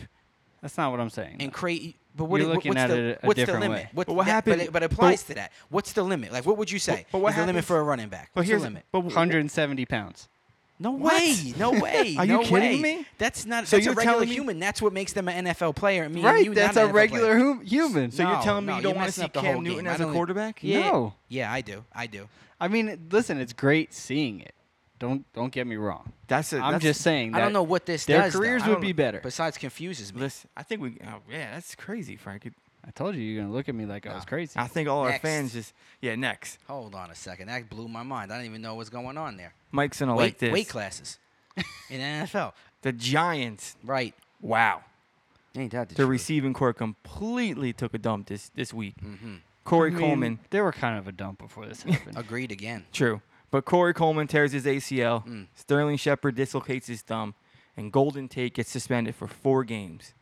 That's not what I'm saying. and create. But what, You're what- looking what's at the it a what's the different limit? way. What's But what that- happened- But it, but it but- applies to that. What's the limit? Like, what would you say? but what is the limit happens- for a running back? but what's here's the limit? But w- 170 pounds. No What? way! No way! Are you no kidding way. me? That's not. So that's you're a regular telling me- human. That's what makes them an NFL player. Me and you, not that's an a NFL regular Player. hum- human. So you're No, telling me no, you don't you're want to messing see up the whole Cam game. Newton I as a don't- e-, quarterback? Yeah. No. Yeah, I do. I do. I mean, listen, it's great seeing it. Don't don't get me wrong. That's it. I'm just saying that I don't know what this their does. though. careers I would don't be know. better. Besides, confuses me. Listen, I think we. Oh, yeah, that's crazy, Frank. I told you you're gonna look at me like I was crazy. I think all our Next. fans just. Yeah, next. Hold on a second. That blew my mind. I didn't even know what's going on there. Mike's gonna weight, like this. weight classes in the NFL. The Giants. Right. Wow. Ain't that the The truth? receiving core completely took a dump this this week. Mm-hmm. Corey I mean, Coleman. They were kind of a dump before this happened. Agreed again. True. But Corey Coleman tears his ACL. Sterling Shepard dislocates his thumb, and Golden Tate gets suspended for four games.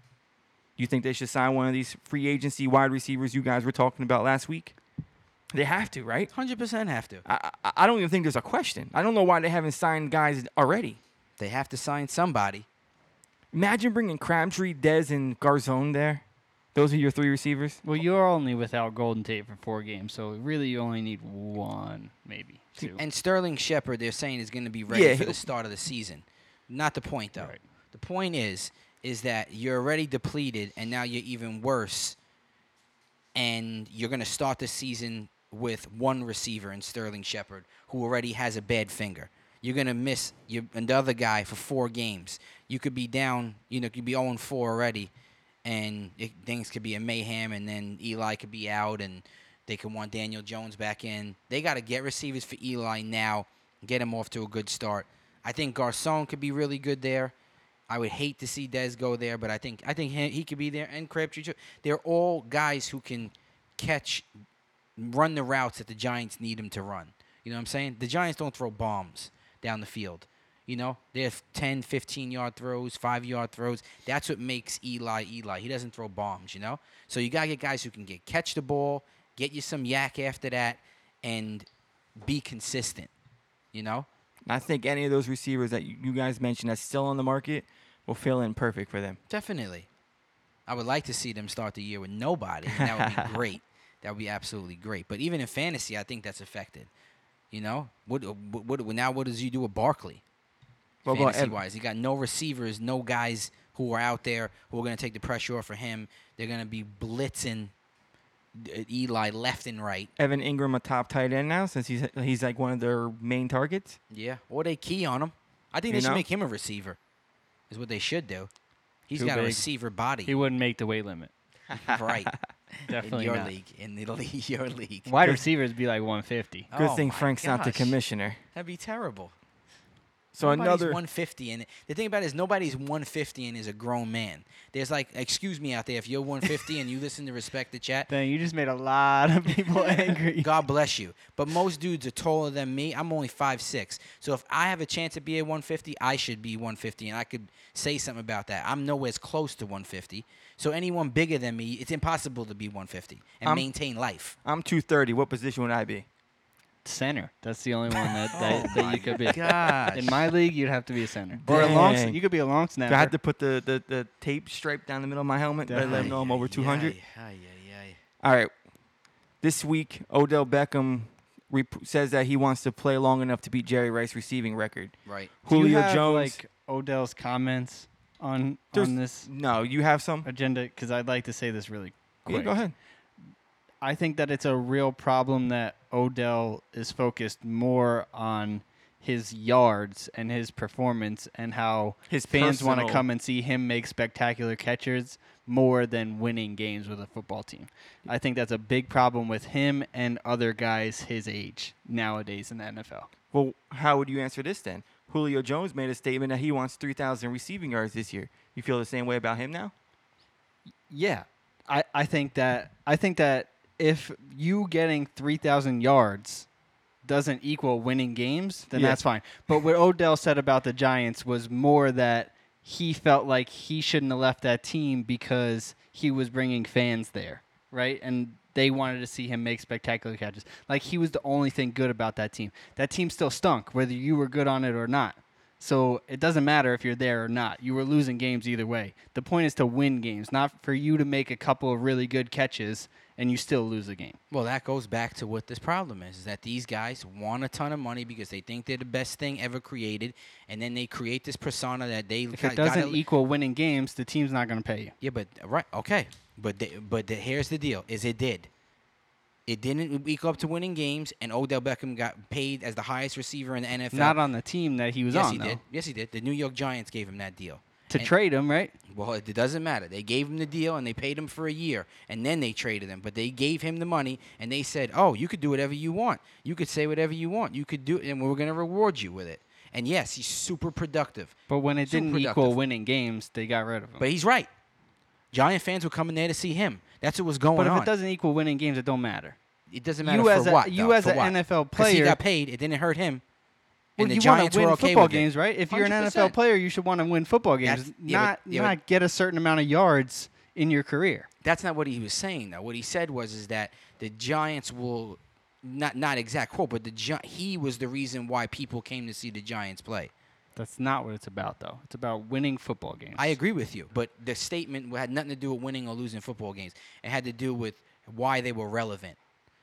You think they should sign one of these free agency wide receivers you guys were talking about last week? They have to, right? Hundred percent have to. I, I, I don't even think there's a question. I don't know why they haven't signed guys already. They have to sign somebody. Imagine bringing Crabtree, Dez, and Garzone there. Those are your three receivers. well, you're only without Golden Tate for four games, so really you only need one, maybe two. And Sterling Shepard, they're saying is going to be ready Yeah, for he'll- the start of the season. Not the point though. Right. The point is is that you're already depleted and now you're even worse and you're going to start the season with one receiver in Sterling Shepard who already has a bad finger. You're going to miss your another guy for 4 games. You could be down, you know, you'd be 0 4 already and it, things could be a mayhem and then Eli could be out and they could want Daniel Jones back in. They got to get receivers for Eli now, get him off to a good start. I think Garcon could be really good there. I would hate to see Dez go there, but I think I think he, he could be there and Crabtree too. They're all guys who can catch, run the routes that the Giants need them to run. You know what I'm saying? The Giants don't throw bombs down the field. You know, they have 10, 15 yard throws, five yard throws. That's what makes Eli Eli. He doesn't throw bombs, you know? So you got to get guys who can get catch the ball, get you some yak after that, and be consistent, you know? I think any of those receivers that you you guys mentioned that's still on the market will fill in perfect for them. Definitely. I would like to see them start the year with nobody. And that would be great. That would be absolutely great. But even in fantasy, I think that's affected. You know, what? uh, What? what now, what does you do with Barkley? What about fantasy Ev- wise, you got no receivers, no guys who are out there who are going to take the pressure off for him. They're going to be blitzing uh, Eli left and right. Evan Ingram a top tight end now since he's he's like one of their main targets. Yeah, or they key on him. I think You they should know? make him a receiver. Is what they should do. He's Too got a big. receiver body, he wouldn't make the weight limit. right? in Definitely your not. league, in the league, your league. Wide receivers be like 150. Good Oh thing my Frank's not the gosh. commissioner. That'd be terrible. So nobody's another 150, and the thing about it is nobody's 150 and is a grown man. There's like, excuse me out there, if you're 150 and you listen to respect the chat, Then you just made a lot of people angry. God bless you. But most dudes are taller than me. I'm only 5'6". So if I have a chance to be at 150, I should be 150, and I could say something about that. I'm nowhere as close to 150. So anyone bigger than me, it's impossible to be 150 and I'm- maintain life. I'm 230. What position would I be? Center. That's the only one that, Oh that, that my you could be. gosh. In my league, you'd have to be a center or a long. Dang. You could be a long Do I have snapper. to put the, the, the tape stripe down the middle of my helmet? Let them know I'm over 200. All right. This week, Odell Beckham rep- says that he wants to play long enough to beat Jerry Rice receiving record. Right. Do you Julio have, Jones. Like Odell's comments on There's- on this no, you have some. agenda because I'd like to say this really quick. Yeah, go ahead. I think that it's a real problem that Odell is focused more on his yards and his performance and how His fans want to personal- come and see him make spectacular catches more than winning games with a football team. I think that's a big problem with him and other guys his age nowadays in the NFL. Well, how would you answer this then? Julio Jones made a statement that he wants 3,000 receiving yards this year. You feel the same way about him now? Yeah, I, I think that I think that if you getting three thousand yards doesn't equal winning games, then Yeah. that's fine. But what Odell said about the Giants was more that he felt like he shouldn't have left that team because he was bringing fans there, right? And they wanted to see him make spectacular catches. Like he was the only thing good about that team. That team still stunk, whether you were good on it or not. So it doesn't matter if you're there or not. You were losing games either way. The point is to win games, not for you to make a couple of really good catches and you still lose the game. Well, that goes back to what this problem is: is that these guys want a ton of money because they think they're the best thing ever created, and then they create this persona that they If it gotta- doesn't equal winning games, the team's not going to pay you. Yeah, but right, okay, but the, but the, here's the deal: is it did. It didn't equal up to winning games, and Odell Beckham got paid as the highest receiver in the NFL. Not on the team that he was yes, on, he though. did. Yes, he did. The New York Giants gave him that deal. To And- trade him, right? Well, it doesn't matter. They gave him the deal and they paid him for a year, and then they traded him. But they gave him the money and they said, "Oh, you could do whatever you want. You could say whatever you want. You could do, and we're going to reward you with it." And yes, he's super productive. But when it Super didn't equal productive. winning games, they got rid of him. But he's right. Giant fans were coming there to see him. That's what was going But if on. it doesn't equal winning games, it don't matter. It doesn't matter you for as a- what. you though, as for an what. NFL 'Cause he player- got paid. It didn't hurt him. And Well, the you wanna Giants win were okay football with it. games, right? If you are an NFL 100%. player, you should want to win football games, That's- yeah, but- not yeah, but- not get a certain amount of yards in your career. That's not what he was saying though. What he said was is that the Giants will not not exact quote, but the Gi- he was the reason why people came to see the Giants play. That's not what it's about, though. It's about winning football games. I agree with you, but the statement had nothing to do with winning or losing football games. It had to do with why they were relevant.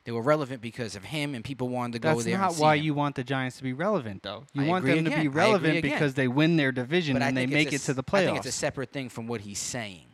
They were relevant because of him, and people wanted to go That's there. and not see why him. you want the Giants to be relevant, though. You I want agree them to again. I be agree relevant again. because they win their division But I and they think make it it's a to the s- playoffs. I think it's a separate thing from what he's saying.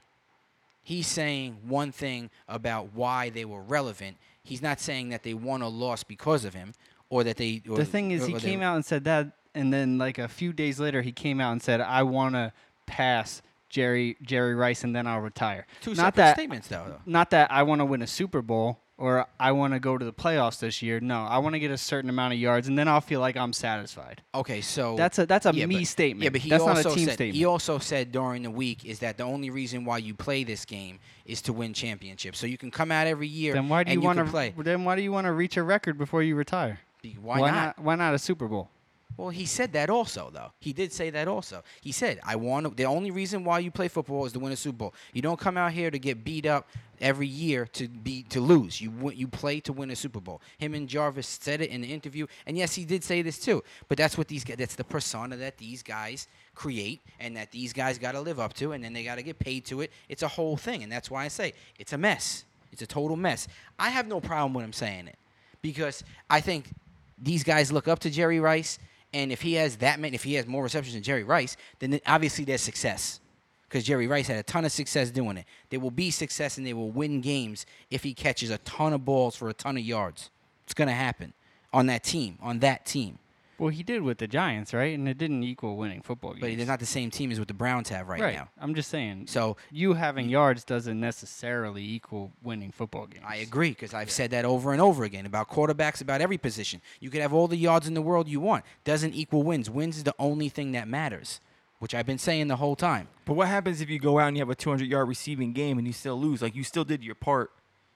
He's saying one thing about why they were relevant. He's not saying that they won or lost because of him, or that they. Or, the thing is, he or they- came out and said that, and then like a few days later, he came out and said, "I want to pass Jerry Jerry Rice, and then I'll retire." Two not separate that, statements, though. Not that I want to win a Super Bowl or I want to go to the playoffs this year. No, I want to get a certain amount of yards, and then I'll feel like I'm satisfied. Okay, so That's a- that's a me but- statement. Yeah, but he That's not a also team said he statement. also said during the week is that the only reason why you play this game is to win championships. So you can come out every year. Then why do and you want can play? to? Then why do you want to reach a record before you retire? Be- Why, not? Why not a Super Bowl? Well, he said that also, though. He did say that also. He said, "I want to, the only reason why you play football is to win a Super Bowl. You don't come out here to get beat up every year to be to lose. You win, you play to win a Super Bowl." Him and Jarvis said it in the interview, and yes, he did say this too. But that's what these guys, that's the persona that these guys create, and that these guys got to live up to, and then they got to get paid to it. It's a whole thing, and that's why I say it's a mess. It's a total mess. I have no problem with him saying it because I think these guys look up to Jerry Rice, and if he has that many, if he has more receptions than Jerry Rice, then th- obviously there's success. Because Jerry Rice had a ton of success doing it. There will be success and they will win games if he catches a ton of balls for a ton of yards. It's going to happen on that team, on that team. Well, he did with the Giants, right? And it didn't equal winning football games. But it's not the same team as what the Browns have right, now. I'm just saying. So you having yards doesn't necessarily equal winning football games. I agree because I've said that over and over again about quarterbacks, about every position. You could have all the yards in the world you want. Doesn't equal wins. Wins is the only thing that matters, which I've been saying the whole time. But what happens if you go out and you have a 200 yard receiving game and you still lose? Like, you still did your part.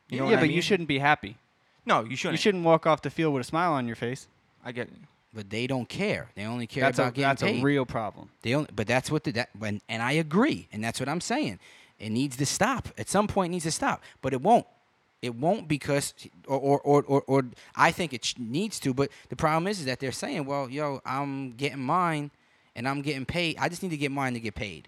You know yeah, what I but mean? you shouldn't be happy. No, you shouldn't. You shouldn't walk off the field with a smile on your face. I get it. But they don't care. They only care That's a about getting that's paid. a real problem. they only, but that's what the, that when, and I agree, and that's what I'm saying. It needs to stop at some point. It needs to stop, but it won't. It won't because, or or or or, or I think it sh- needs to. But the problem is, is that they're saying, well, yo, I'm getting mine, and I'm getting paid. I just need to get mine to get paid.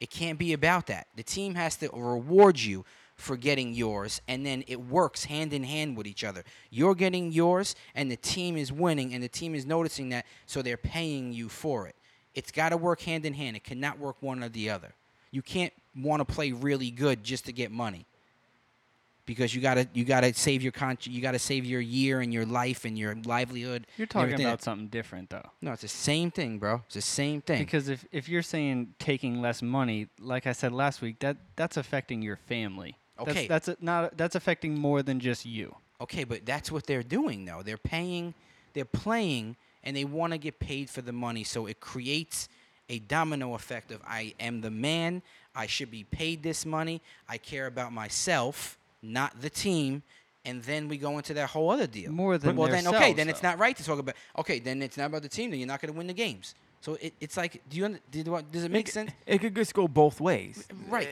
It can't be about that. The team has to reward you for getting yours, and then it works hand in hand with each other. You're getting yours, and the team is winning, and the team is noticing that, so they're paying you for it. It's got to work hand in hand. It cannot work one or the other. You can't want to play really good just to get money. because you gotta you gotta save your con- you gotta save your year and your life and your livelihood. You're and talking everything about that- something different though. no, it's the same thing, bro. It's the same thing. Because if, if you're saying taking less money, like I said last week, that that's affecting your family. Okay. That's, that's a, not that's affecting more than just you. Okay, but that's what they're doing though. They're paying, they're playing, and they want to get paid for the money. So it creates a domino effect of I am the man. I should be paid this money. I care about myself, not the team. And then we go into that whole other deal. More than well, then okay, themselves, then it's though. not right to talk about. Okay, then it's not about the team. Then you're not going to win the games. So it, it's like, do you under- did what- does it make it, sense? It could just go both ways. Right.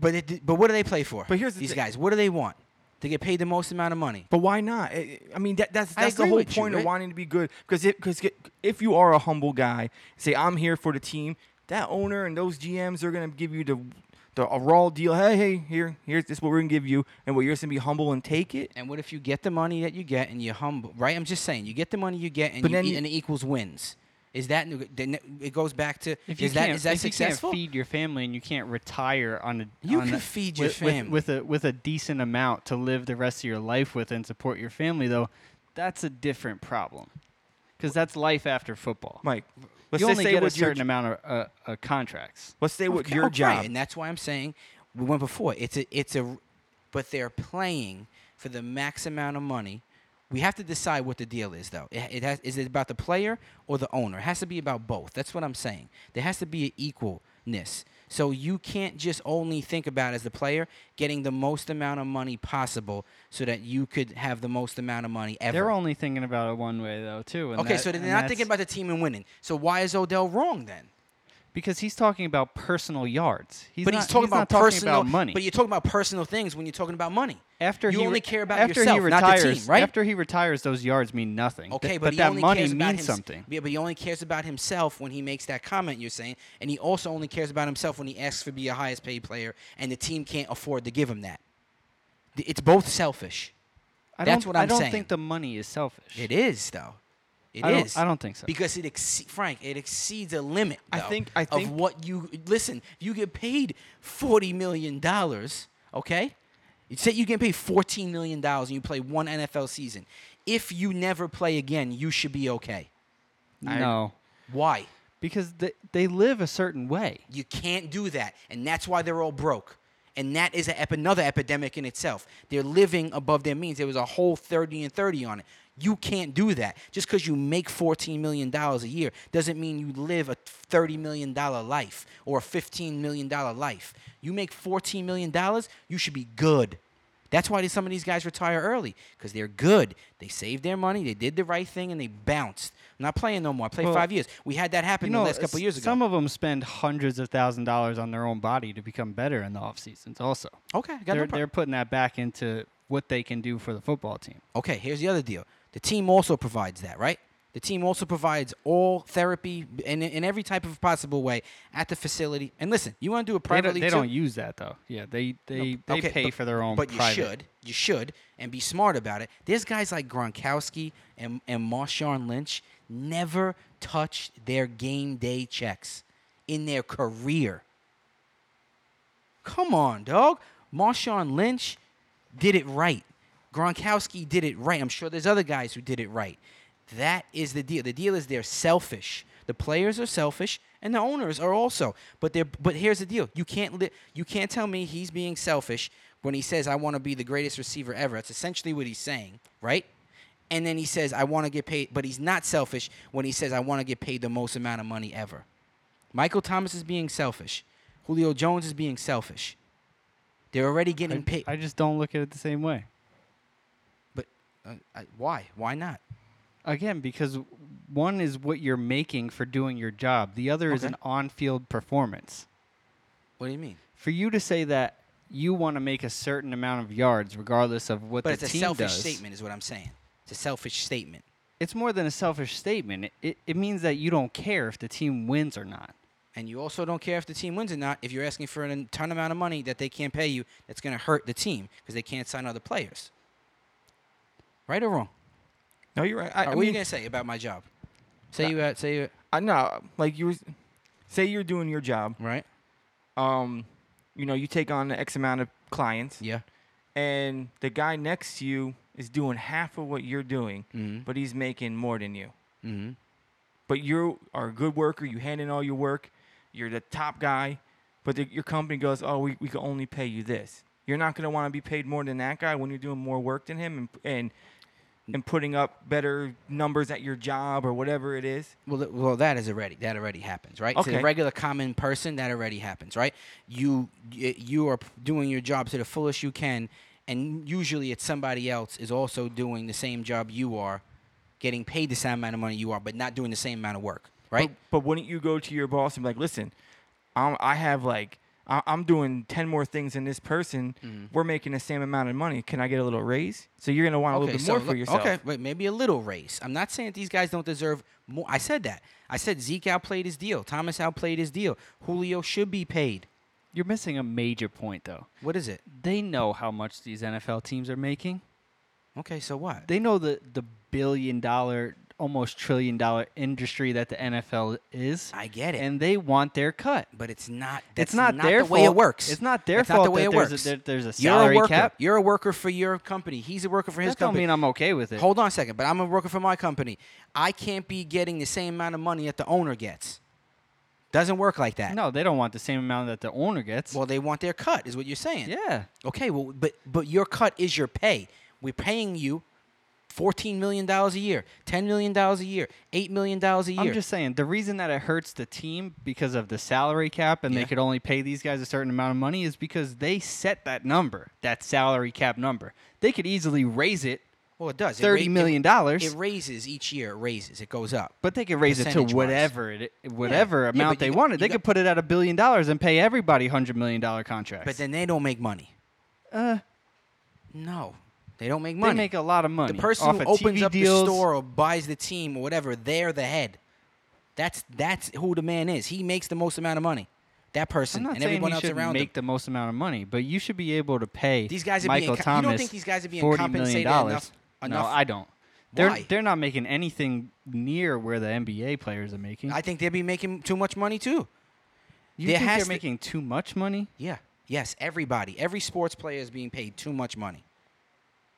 But it, but what do they play for? But here's the these thi- guys. What do they want? To get paid the most amount of money. But why not? I I mean, that, that's I that's the agree whole with you, point right? of wanting to be good. Because because if you are a humble guy, say I'm here for the team. That owner and those GMs are gonna give you the the a raw deal. Hey, hey, here, here's this is what we're gonna give you, and what you're just gonna be humble and take it. And what if you get the money that you get and you're humble, right? I'm just saying, you get the money you get and, But you, then eat- you- and it equals wins. Is that then it goes back to If you is that can't- is that if successful? You can't feed your family and you can't retire on a You on can a- feed your with, with- family. with, a with a decent amount to live the rest of your life with and support your family though. That's a different problem because that's life after football. Mike, let's you just only say get a with your certain amount of uh, uh, contracts. let's say with Okay, your right, job. and that's why I'm saying we went before. It's a it's a, but they're playing for the max amount of money. We have to decide what the deal is, though. It, it has, is it about the player or the owner? It has to be about both. That's what I'm saying. There has to be an equalness. So you can't just only think about as the player getting the most amount of money possible, so that you could have the most amount of money ever. They're only thinking about it one way though too. and okay, that- so they're and not thinking that's- about the team and winning. So why is Odell wrong then? because he's talking about personal yards. He's but not, he's talking not about talking personal about money. But you're talking about personal things when you're talking about money. after you he only re- care about after yourself, he not retires, the team, right? After he retires, those yards mean nothing. okay, Th- but, but he that only money cares about means hims- something. Yeah, but he only cares about himself when he makes that comment you're saying, and he also only cares about himself when he asks for be a highest paid player, and the team can't afford to give him that. Th- It's both selfish. I That's don't, what I'm I don't saying. think the money is selfish. It is though. It is. I don't- I don't think so. Because it exce- Frank, it exceeds a limit. I though, think- I of think- what you listen. You get paid forty million dollars. Okay, you say you get paid fourteen million dollars and you play one NFL season. If you never play again, you should be okay. I- no, Why? because they, they live a certain way. You can't do that, and that's why they're all broke. And that is a ep- another epidemic in itself. They're living above their means. There was a whole 30 and 30 on it. You can't do that. Just because you make $14 million a year doesn't mean you live a $30 million life or a $15 million life. You make $14 million, you should be good. That's why these- some of these guys retire early because they're good. They saved their money, they did the right thing, and they bounced. I'm not playing no more. I played Well, five years. We had that happen You know, the last couple s- years ago. some of them spend hundreds of thousand dollars on their own body to become better in the off seasons. Also, okay, I got no they're problem. they're putting that back into what they can do for the football team. Okay, here's the other deal. The team also provides that, right? The team also provides all therapy in, in every type of possible way at the facility. And listen, you want to do it They, don't- privately they too? don't use that though. Yeah, they they, Nope. they Okay, pay but- for their own. But private. you should, you should, and be smart about it. There's guys like Gronkowski and and Marshawn Lynch never touched their game day checks in their career. Come on, dog. Marshawn Lynch did it right. Gronkowski did it right. I'm sure there's other guys who did it right. That is the deal. The deal is they're selfish. The players are selfish, and the owners are also. But they're but here's the deal. You can't li- you can't tell me he's being selfish when he says I want to be the greatest receiver ever. That's essentially what he's saying, right? And then he says I want to get paid, but he's not selfish when he says I want to get paid the most amount of money ever. Michael Thomas is being selfish. Julio Jones is being selfish. They're already getting I, paid. I just don't look at it the same way. But uh, I, why? Why not? Again, because one is what you're making for doing your job, the other is Okay. an on field performance. What do you mean? For you to say that you want to make a certain amount of yards, regardless of what But the it's a team selfish does, statement, is what I'm saying. It's a selfish statement. it's more than a selfish statement. It- It, it means that you don't care if the team wins or not. And you also don't care if the team wins or not. If you're asking for a ton amount of money that they can't pay you, that's going to hurt the team because they can't sign other players. Right or wrong? No, you're right. I, All right, I what are you mean, going to say about my job? Say you, uh, say you, I, no, like you were, say you're doing your job. right? Um, you know, you take on X amount of clients. Yeah. and the guy next to you is doing half of what you're doing, Mhm. but he's making more than you. Mm-hmm. But you are a good worker. You hand in all your work. You're the top guy. But the, your company goes, oh, we, we can only pay you this. You're not going to want to be paid more than that guy when you're doing more work than him and, and and putting up better numbers at your job or whatever it is. Well, th- well, that is already that already happens, right? To the Okay. regular common person, that already happens, right? You y- you are p- doing your job to the fullest you can, and usually it's somebody else is also doing the same job you are, getting paid the same amount of money you are, but not doing the same amount of work, right? But, but wouldn't you go to your boss and be like, listen, I'm, I have like, I- I'm doing 10 more things than this person. Mm-hmm. We're making the same amount of money. Can I get a little raise? So you're going to want a little bit more so for look- yourself. Okay, wait, maybe a little raise. I'm not saying that these guys don't deserve more. I said that. I said Zeke outplayed his deal. Thomas outplayed his deal. Julio should be paid. You're missing a major point, though. What is it? They know how much these NFL teams are making. Okay, so what? They know the the billion dollar, almost trillion dollar industry that the NFL is, I get it. and they want their cut. but it's not. It's That's not, their the way fault. it works. It's not their That's fault the way that it there's, works. A, there- there's a You're a salary worker. cap. You're a worker for your company. He's a worker for his that don't company. mean I'm okay with it. Hold on a second, but I'm a worker for my company. I can't be getting the same amount of money that the owner gets. Doesn't work like that. no, they don't want the same amount that the owner gets. Well, they want their cut, is what you're saying. yeah. Okay, well, but but your cut is your pay. We're paying you fourteen million dollars a year, ten million dollars a year, eight million dollars a year. I'm just saying the reason that it hurts the team because of the salary cap and Yeah. they could only pay these guys a certain amount of money is because they set that number, that salary cap number. They could easily raise it, well, it does. It thirty ra- million It, dollars, it raises each year. It raises. It goes up. but they could raise it to percentage-wise. whatever it, whatever Yeah, but amount you they got- wanted. you They could got- put it at a billion dollars and pay everybody hundred million dollar contracts. But then they don't make money. uh, No, they don't make they money. make a lot of money. the person off who of opens TV up deals. the store or buys the team or whatever, they're the head. That's that's who the man is. He makes the most amount of money. That I'm person not and saying everyone he else should around make him. the most amount of money, but you should be able to pay These guys are being Michael co- you Thomas. don't think these guys are being $40 million compensated dollars. enough- No, enough? I don't. They're Why? they're not making anything near where the NBA players are making. I think they'd be making too much money too. you there think has they're to- making too much money? Yeah. Yes, everybody. Every sports player is being paid too much money.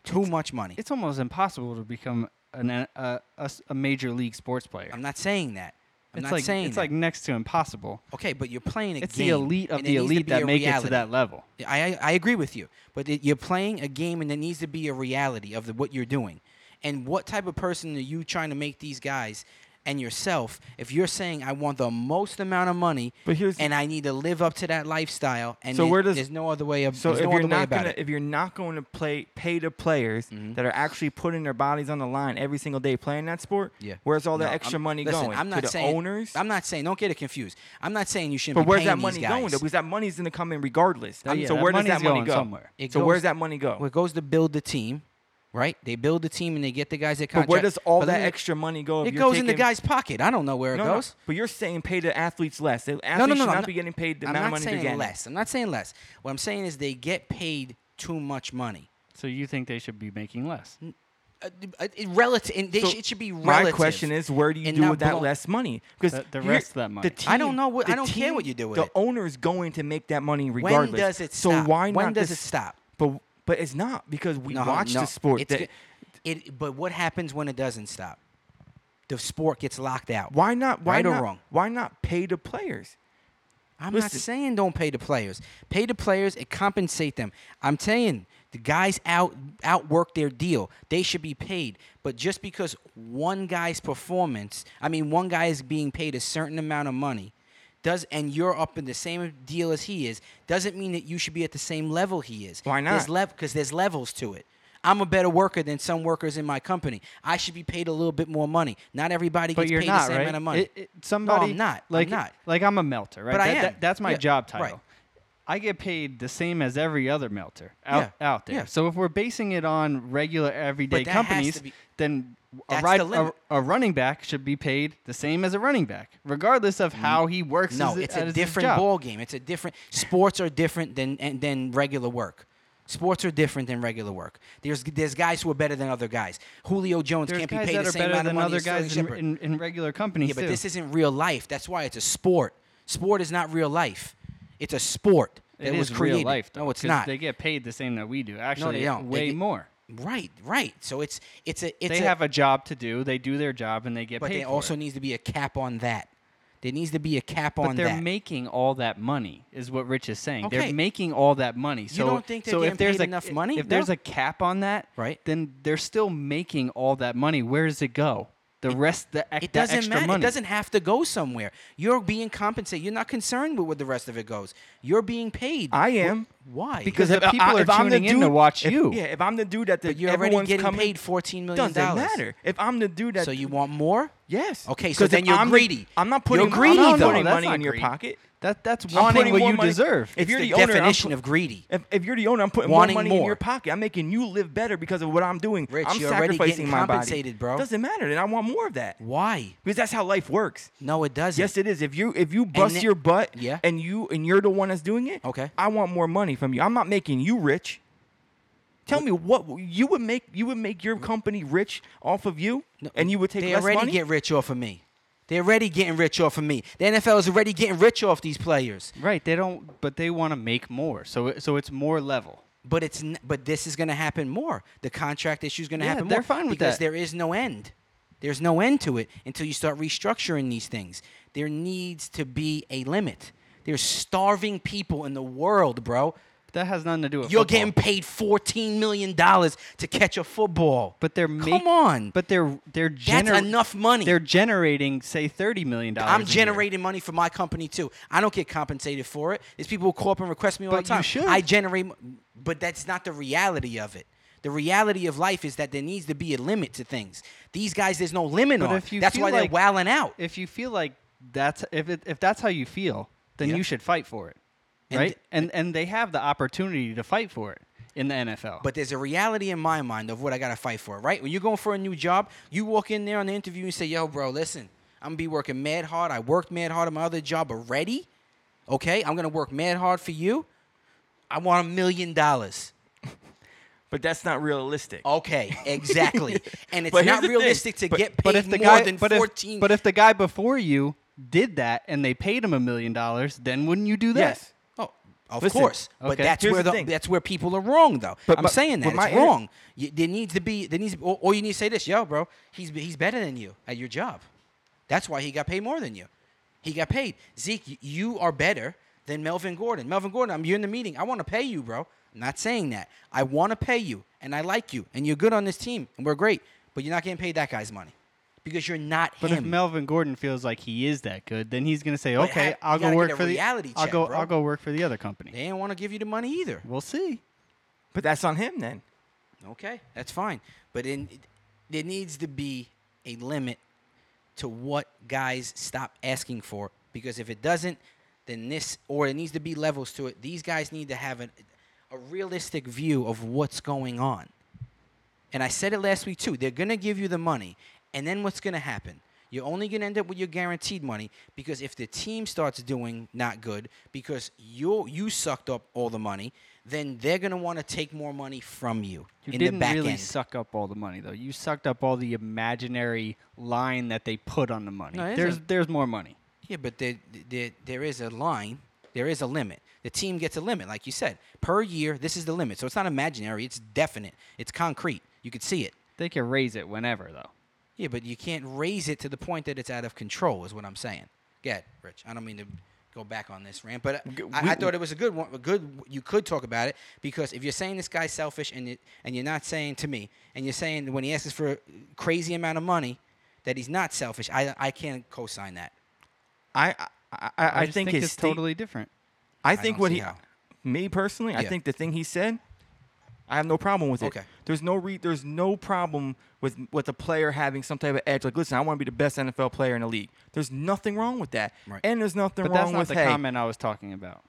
Too much money. It's almost impossible to become an a, a- a s- a major league sports player. I'm not saying that. I'm it's not like saying it's that. like next to impossible. okay, but you're playing a It's game. the elite of and the there needs to elite be that a make it to reality. that level. I, I I agree with you, but it- you're playing a game and there needs to be a reality of the, what you're doing. And what type of person are you trying to make these guys and yourself if you're saying, I want the most amount of money But here's the- and I need to live up to that lifestyle and So there- where does- there's no other way, of, So there's if no you're other way not about gonna, it? Mm-hmm. if you're not going to play pay the players that are actually putting their bodies on the line every single day playing that sport, Yeah. where's all that No, extra I'm- money listen, going I'm not to the saying, owners? I'm not saying, don't get it confused. I'm not saying you shouldn't but be where's paying that money these going? guys. Though? Because that money's going to come in regardless. Oh, yeah, so that where does money's that money going go? somewhere. It So goes- where's that money go? Well, it goes to build the team, right? They build the team and they get the guys that contract. but where does all but that let me- extra money go? if It you're goes in the taking- guy's pocket. I don't know where it No, no, goes. But you're saying pay the athletes less. The athletes No, no, no, should no, not I'm be getting paid the I'm amount of not money they're saying getting. less. I'm not saying less. What I'm saying is they get paid too much money. So you think they should be making less? Uh, uh, it- relative, and they So sh- it should be My relative. question is, where do you and do not with that blown- less money? Because The- the rest of that money. I don't know what- I don't care what you do with the it. owner's going to make that money when regardless. does it so stop? why when not does this- it stop? But but it's not because we No, watch no, the sport. it's That, go- it, but what happens when it doesn't stop? The sport gets locked out. why not? Why Right or not? wrong? Why not pay the players? I'm not Listen. saying don't pay the players. Pay the players and compensate them. I'm saying the guys out outwork their deal. They should be paid. But just because one guy's performance, I mean one guy is being paid a certain amount of money, does and you're up in the same deal as he is, doesn't mean that you should be at the same level he is. Why There's not? lev- cuz there's levels to it. I'm a better worker than some workers in my company. I should be paid a little bit more money. Not everybody But gets you're paid not the same right. amount of money. Oh, It- it- somebody, I'm not. I'm Like, not. Like I'm a melter, right? But I That- am. that- that's my Yeah, job right. title. I get paid the same as every other melter out, Yeah, out there. yeah. So if we're basing it on regular everyday But that has to companies, be- then a, That's ride, the a, limit. a running back should be paid the same as a running back, regardless of how he works. No, as, it's at a his different uh, job. ball game. It's a different. Sports are different than and, than regular work. Sports are different than regular work. There's there's guys who are better than other guys. Julio Jones There's can't be guys paid that the are same better amount of than money other as Sterling guys in, Shepard. in, in regular companies. yeah, but too. this isn't real life. That's why it's a sport. Sport is not real life. It's a sport. that It was is created. real life. Though, no, it's 'cause not. They get paid the same that we do. Actually, don't. They way get- more. right, right. So it's it's a it's They a, have a job to do. They do their job and they get but paid. there for also it. needs to be a cap on that. There needs to be a cap but on they're that. making all that money, is what Rich is saying. Okay. They're making all that money. So don't think they're so getting if there's paid a, enough money? If there's No. a cap on that, Right. Then they're still making all that money. Where does it go? The rest, the, ec- it the doesn't extra matter. money. It doesn't have to go somewhere. You're being compensated. You're not concerned with where the rest of it goes. You're being paid. I am. Why? Because the people are I'm the tuning in to watch if- you. Yeah, if I'm the dude that the But you're already everyone's getting coming, paid fourteen million doesn't dollars. matter. If I'm the dude that So you want more? yes. Okay, so 'Cause if then you're I'm the- greedy. I'm not You're putting greedy, I'm not though. putting That's money not in your greedy. pocket. that that's I'm wanting putting what more you money- deserve. If It's you're the, the, owner, I'm definition pu- of greedy. If, if you're the owner, I'm putting Wanting more money in more. your pocket. I'm making you live better because of what I'm doing. Rich, I'm you're already sacrificing getting my compensated, body. bro. Doesn't matter, and I want more of that Why? because that's how life works. No, it doesn't. Yes, it is. If you if you bust it- your butt, Yeah. and you and you're the one that's doing it, Okay. I want more money from you. I'm not making you rich. Tell me what you would make. You would make your company rich off of you, and you would take they less already money. get rich off of me. They're already getting rich off of me. The NFL is already getting rich off these players. Right, they don't, but they want to make more. So it- so it's more level. But it's n- but this is going to happen more. The contract issue is going to Yeah, happen they're more fine with because that. there is no end. There's no end to it until you start restructuring these things. There needs to be a limit. There's starving people in the world, bro. That has nothing to do with You're football. getting paid fourteen million dollars to catch a football. but they're come make- on. But they're they're gener- enough money. They're generating say thirty million dollars. I'm generating money for my company too. I don't get compensated for it. There's people who call up and request me all But the you time. should. I generate, m- but that's not the reality of it. The reality of life is that there needs to be a limit to things. These guys, there's no limit But on. if you that's feel why like- they're wowing out. If you feel like that's if it, if that's how you feel, then Yeah. you should fight for it, And- right? And and they have the opportunity to fight for it in the NFL. But there's a reality in my mind of what I gotta fight for, right? When you're going for a new job, you walk in there on the interview and say, "Yo, bro, listen, I'm gonna be working mad hard. I worked mad hard at my other job already. Okay, I'm gonna work mad hard for you. I want a million dollars." but that's not realistic. Okay, exactly. and it's But here's not the thing. realistic to But- get paid but if the more guy than but fourteen. if, but if the guy before you did that and they paid him a million dollars, then wouldn't you do that? yes. oh, of Listen, course. But okay. that's Here's where the the, thing. that's where people are wrong, though. But I'm my- saying that but my it's inter- wrong. You, there needs to be there needs to be, or, or you need to say this, yo, bro. He's he's better than you at your job. That's why he got paid more than you. He got paid. Zeke, y- you are better than Melvin Gordon. Melvin Gordon, I'm you in the meeting. I want to pay you, bro. I'm not saying that. I want to pay you, and I like you, and you're good on this team, and we're great. But you're not getting paid that guy's money because you're not But if him. Melvin Gordon feels like he is that good, then he's gonna say, But ha- "Okay, you I'll gotta get go work a for the reality I'll check, go bro. I'll go work for the other company." They didn't want to give you the money either. We'll see. But that's on him then. Okay, that's fine. But in, there needs to be a limit to what guys stop asking for because if it doesn't, then this, or it needs to be levels to it. These guys need to have an, a realistic view of what's going on. And I said it last week too. They're going to give you the money. And then what's going to happen? You're only going to end up with your guaranteed money because if the team starts doing not good because you you sucked up all the money, then they're going to want to take more money from you You in didn't the back really end. suck up all the money though. You sucked up all the imaginary line that they put on the money. No, it there's isn't. there's more money. Yeah, but there, there, there is a line. There is a limit. The team gets a limit, like you said, per year. This is the limit. So it's not imaginary. It's definite. It's concrete. You could see it. They can raise it whenever though. Yeah, but you can't raise it to the point that it's out of control. Is what I'm saying. Get Rich. I don't mean to go back on this rant, but G- I, we- I thought it was a good one. A good. You could talk about it because if you're saying this guy's selfish and you, and you're not saying to me, and you're saying that when he asks for a crazy amount of money that he's not selfish, I I can't co-sign that. I I, I, I, just think, his it's sta- totally different. I think don't what see he, how. me personally, I Yeah. think the thing he said, I have no problem with it. Okay. There's no re- there's no problem with with a player having some type of edge. Like, listen, I want to be the best NFL player in the league. There's nothing wrong with that. Right. And there's nothing But wrong that's not with the hey, comment I was talking about.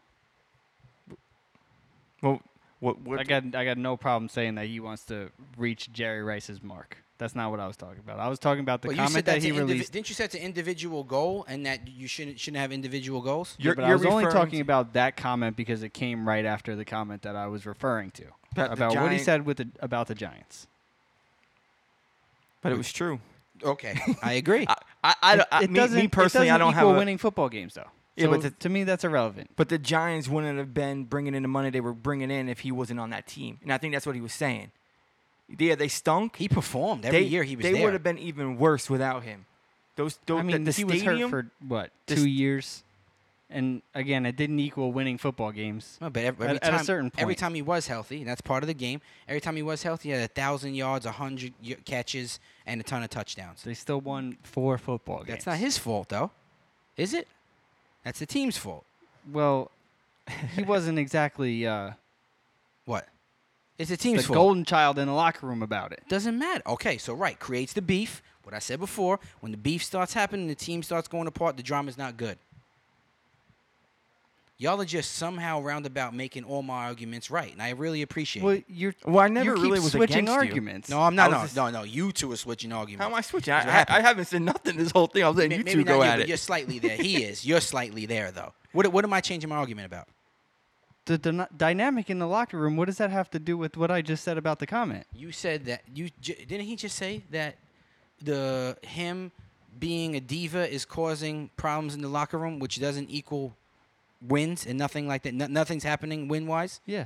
Well, what what I got I got no problem saying that he wants to reach Jerry Rice's mark. That's not what I was talking about. I was talking about the Well, comment that that's he an indivi- released. didn't you set to individual goal and that you shouldn't shouldn't have individual goals? You're- but I you're was only referring talking to- about that comment because it came right after the comment that I was referring to About the about what he Giant- said with the, about the Giants. but it was true. Okay, I agree. I I, I, it, I it me, doesn't, me personally, it doesn't I don't equal have a, winning football games though. Yeah, So but the- to me, that's irrelevant. But the Giants wouldn't have been bringing in the money they were bringing in if he wasn't on that team. And I think that's what he was saying. Yeah, they stunk. He performed every they, year he was They there. would have been even worse without him. Those, those I mean, the, the he stadium, was hurt for what the two st- years, and again, it didn't equal winning football games. No, but ev- every, at a time, certain every point. time he was healthy, and that's part of the game. Every time he was healthy, he had a thousand yards, a hundred y- catches, and a ton of touchdowns. They still won four football games. That's not his fault, though, is it? That's the team's fault. Well, he wasn't exactly uh, What? It's the the team's fault. golden child in the locker room about it. Doesn't matter. Okay, so right creates the beef. What I said before, when the beef starts happening, the team starts going apart. The drama's not good. Y'all are just somehow roundabout making all my arguments right, and I really appreciate Well, it. you're Well, I you never keep really was switching against you. arguments. No, I'm not. I No, was no, no. You two are switching arguments. How am I switching? I, what I, happened. I haven't said nothing this whole thing. I was letting May- you Maybe two not you, go at but it. You're slightly there. He is. You're slightly there, though. What, what am I changing my argument about? the dyna- dynamic in the locker room. What does that have to do with what I just said about the comment? You said that you j- didn't he just say that the him being a diva is causing problems in the locker room, which doesn't equal wins and nothing like that. No, nothing's happening win wise. Yeah.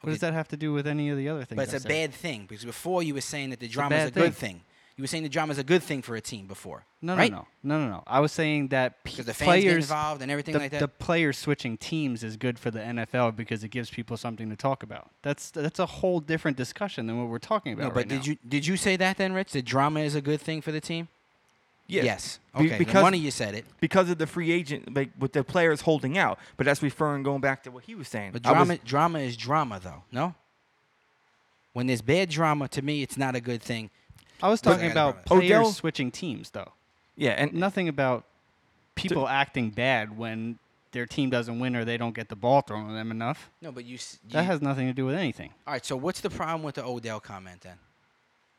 What does Okay. that have to do with any of the other things? But it's I a said? bad thing because before you were saying that the drama is bad a good thing. You were saying the drama is a good thing for a team before. No, right? no, no, no, no, no. I was saying that p- Because the fans get players, involved and everything the, like that. the players switching teams is good for the NFL because it gives people something to talk about. That's that's a whole different discussion than what we're talking about. no, but right did now. you did you say that then, Rich? The drama is a good thing for the team. Yes. Be- Okay. then because- one of you said it. because of the free agent, like with the players holding out. But that's referring going back to what he was saying. But I was- drama, drama is drama, though. No. When there's bad drama, to me, it's not a good thing. I was talking Right. about Odell- players switching teams, though. yeah, and Nothing about people acting bad when their team doesn't win or they don't get the ball thrown at them enough. No, but you. s- That you- has nothing to do with anything. All right. So what's the problem with the Odell comment then?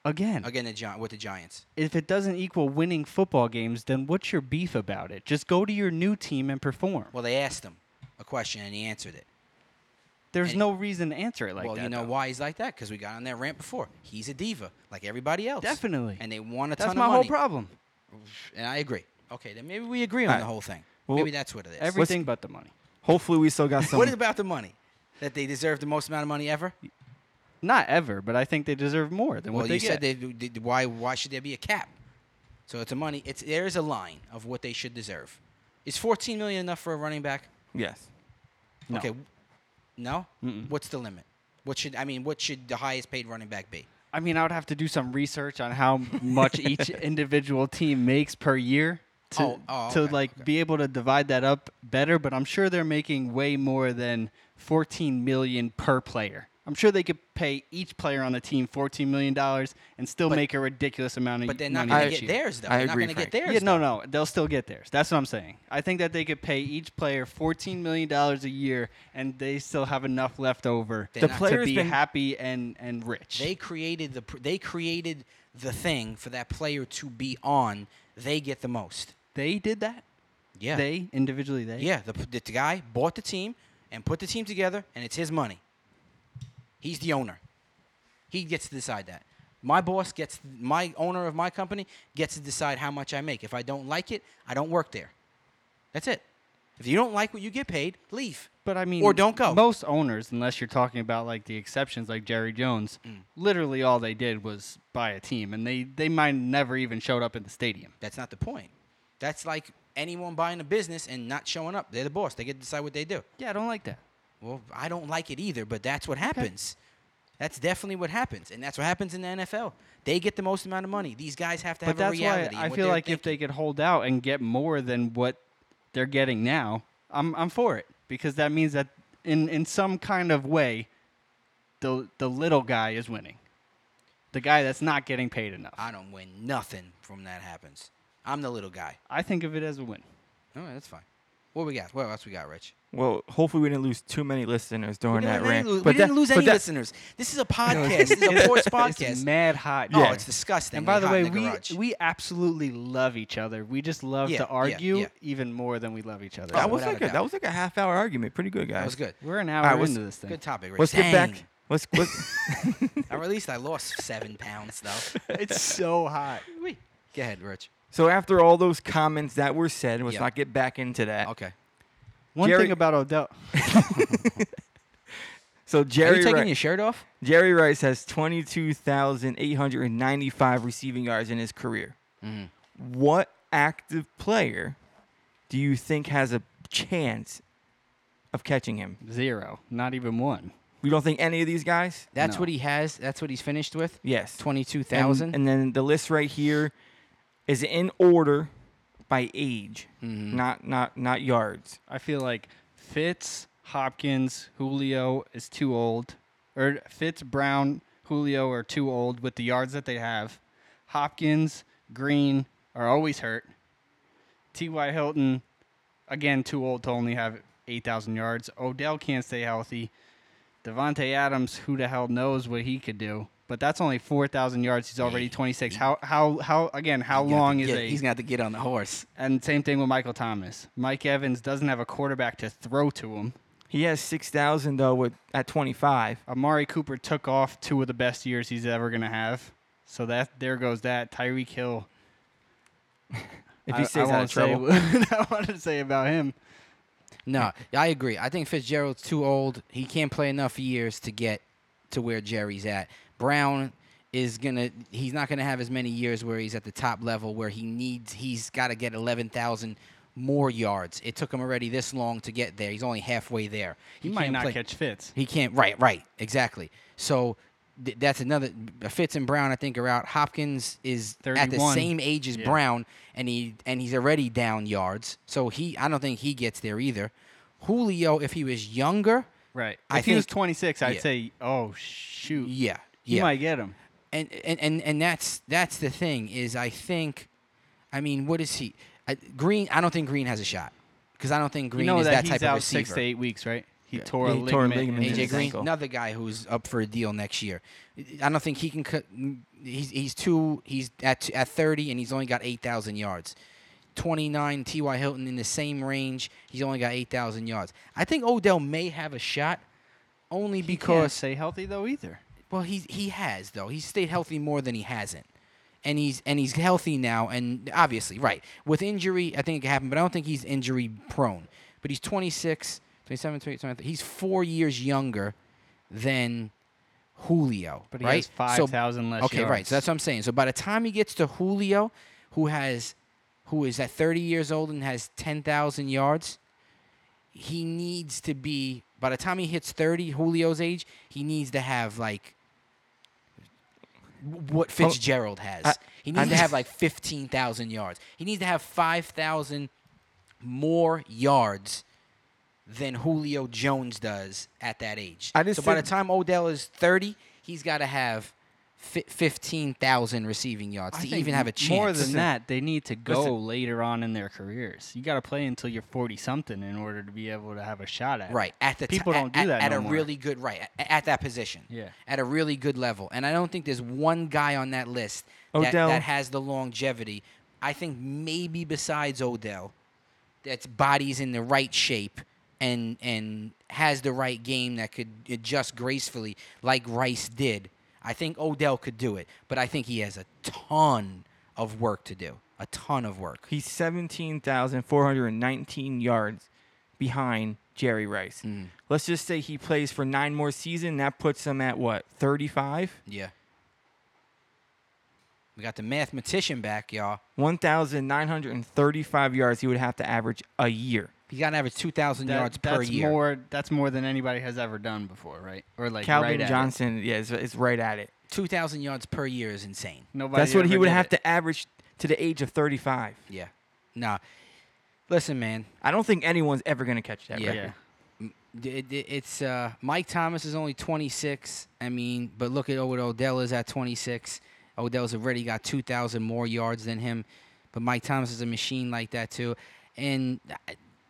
Again, Again, the Gi- with the Giants. if it doesn't equal winning football games, then what's your beef about it? Just go to your new team and perform. Well, they asked him a question and he answered it. There's and- no reason to answer it like well, that. you know though. why he's like that? Because we got on that rant before. He's a diva, like everybody else. Definitely. And they want a That's ton my of whole money. problem. And I agree. Okay, then maybe we agree on All right. the whole thing. Well, maybe that's what it is. Everything but the money. hopefully we still got some. what about the money? That they deserve the most amount of money ever? Not ever, but I think they deserve more than Well, what they you get. said they, d- d- why why should there be a cap? So it's a money. It's there is a line of what they should deserve. Is 14 million enough for a running back? yes, No. Okay. No. What's the limit? What should I mean? What should the highest paid running back be? I mean, I would have to do some research on how much each individual team makes per year to Oh, oh, to okay, like okay. be able to divide that up better. But I'm sure they're making way more than 14 million per player. I'm sure they could pay each player on the team 14 million dollars and still make a ridiculous amount of But they're not money going I- to each get year. theirs though. I they're agree, not going to get Frank. theirs. Yeah, no, though. no, they'll still get theirs. That's what I'm saying. I think that they could pay each player fourteen million dollars a year, and they still have enough left over They're to not. players be been- happy and and rich. They created the pr- they created the thing for that player to be on. They get the most. They did that. Yeah. They individually. They. Yeah, the, the guy bought the team and put the team together, and it's his money. He's the owner. He gets to decide that. My boss gets my owner of my company gets to decide how much I make. If I don't like it, I don't work there. That's it. If you don't like what you get paid, leave. But I mean, Or don't go. Most owners, unless you're talking about like the exceptions, like Jerry Jones, Mm. literally all they did was buy a team, and they they might never even showed up in the stadium. That's not the point. That's like anyone buying a business and not showing up. They're the boss. They get to decide what they do. Yeah, I don't like that. Well, I don't like it either, but that's what happens. That's definitely what happens, and that's what happens in the NFL. They get the most amount of money. These guys have to But have a that's why reality. in I what feel they're like if thinking. they could hold out and get more than what they're getting now, I'm I'm for it because that means that in in some kind of way, the the little guy is winning, the guy that's not getting paid enough. I, I don't win nothing from that happens. I'm the little guy. think of it as a win. All right, that's fine. What we got? What else we got, Rich? Well, hopefully we didn't lose too many listeners We during didn't, that we rant. didn't lose, But we didn't that- lose but any that- listeners. This is a podcast. this is a sports It's podcast. mad hot. Oh, Yeah. it's disgusting. And by the Hot way, in we garage. we absolutely love each other. We just love Yeah, to yeah, argue yeah. even more than we love each other. Oh, That was without like a a, doubt. that was like a half hour argument. Pretty good, guys. that was good. We're an All hour right, what's- into this thing. Good topic, Rich. Let's get back. Dang. Let's, let's or at least I lost seven pounds though. It's so hot. Wee. Go ahead, Rich. so after all those comments that were said, let's Yeah. not get back into that. Okay. One Jerry- thing about Odell. So Are Jerry you taking Rice, your shirt off? Jerry Rice has 22,895 receiving yards in his career. Mhm. What active player do you think has a chance of catching him? Zero. Not even one. You don't think any of these guys? That's No. what he has. That's what he's finished with. Yes. Twenty-two And- thousand. And, then the list right here is in order by age, Mm-hmm. not not not yards. I feel like Fitz, Hopkins, Julio is too old. Or Fitz, Brown, Julio are too old with the yards that they have. Hopkins, Green are always hurt. T.Y. Hilton, again, too old to only have 8,000 yards. Odell can't stay healthy. Devontae Adams, who the hell knows what he could do? But that's only 4,000 yards. He's already 26. How, how, how, again, how long is He's gonna have to a. get- He's gonna have to get on the horse. And same thing with Michael Thomas. Mike Evans doesn't have a quarterback to throw to him. He has 6,000 though with at 25. Amari Cooper took off two of the best years he's ever going to have. So that there goes that. Tyreek Hill. If he I- I stays out wanna of say trouble. what I wanted to say about him. No, I agree. I think Fitzgerald's too old. He can't play enough years to get to where Jerry's at. Brown is gonna. He's not gonna have as many years where he's at the top level where he needs. He's got to get eleven thousand more yards. It took him already this long to get there. He's only halfway there. He, might can't not play- catch fits. He can't. Right. Right. Exactly. So. th- That's another Fitz and Brown. I think are out. Hopkins is at the 31. same age as Yeah. Brown, and he and he's already down yards. So he, I don't think he gets there either. Julio, if he was younger, Right. If I he was think- 26, I'd yeah. say, oh, shoot. yeah, You yeah, might get him. and, and and and that's that's the thing is I think, I mean, what is he? I, Green, I don't think Green has a shot because I don't think Green you know is that, that, he's type out of receiver. six to eight weeks, right? He Yeah. tore a He ligament. tore a in ligament AJ in his his Green, ankle. another guy who's up for a deal next year. I don't think he can. cut- He's he's two. He's at at thirty, and he's only got eight thousand yards. Twenty nine. T. Y. Hilton in the same range. He's only got eight thousand yards. I think Odell may have a shot, only He can't because stay healthy, though, either. well he he has though. He's stayed healthy more than he hasn't. And he's and he's healthy now, and obviously, right. With injury, I think it could happen, but I don't think he's injury prone. But he's 26, 27, 28, 29. He's four years younger than Julio. But he right? has So- 5,000 less Okay, right. yards. So that's what I'm saying. So by the time he gets to Julio, who has who is at 30 years old and has 10,000 yards, he needs to be by the time he hits 30, Julio's age, he needs to have like what Fitzgerald has. I- he needs I- to have like 15,000 yards. He needs to have 5,000 more yards than Julio Jones does at that age. I just so by the think- time Odell is 30, he's got to have fi- 15,000 receiving yards I to think even have a chance. More than that, they need to go Listen. later on in their careers. You got to play until you're 40 something in order to be able to have a shot at it. Right at the ti- People at- don't do at, that at no a more. really good right at, at that position. Yeah. at a really good level, and I don't think there's one guy on that list that, Odell. that has the longevity. I think maybe besides Odell, that's body's in the right shape and and has the right game that could adjust gracefully like Rice did. I think Odell could do it, but I think he has a ton of work to do. A ton of work. He's 17,419 yards behind Jerry Rice. Mm. Let's just say he plays for nine more season. That puts him at what, 35? Yeah. We got the mathematician back, y'all. 1,935 yards he would have to average a year. He got an average two thousand That- yards that's per year. More, that's more than anybody has ever done before, right? Or like Calvin right at it. Johnson, yeah, is, is right at it. Two thousand yards per year is insane. Nobody That's what he ever would did have it. to average to the age of 35. Yeah. Nah. Listen, man. I don't think anyone's ever going to catch that Yeah. record. Yeah. It, it, it's uh, Mike Thomas is only 26. I mean, but look at what Odell is at 26. Odell's already got 2,000 more yards than him, but Mike Thomas is a machine like that too. And uh,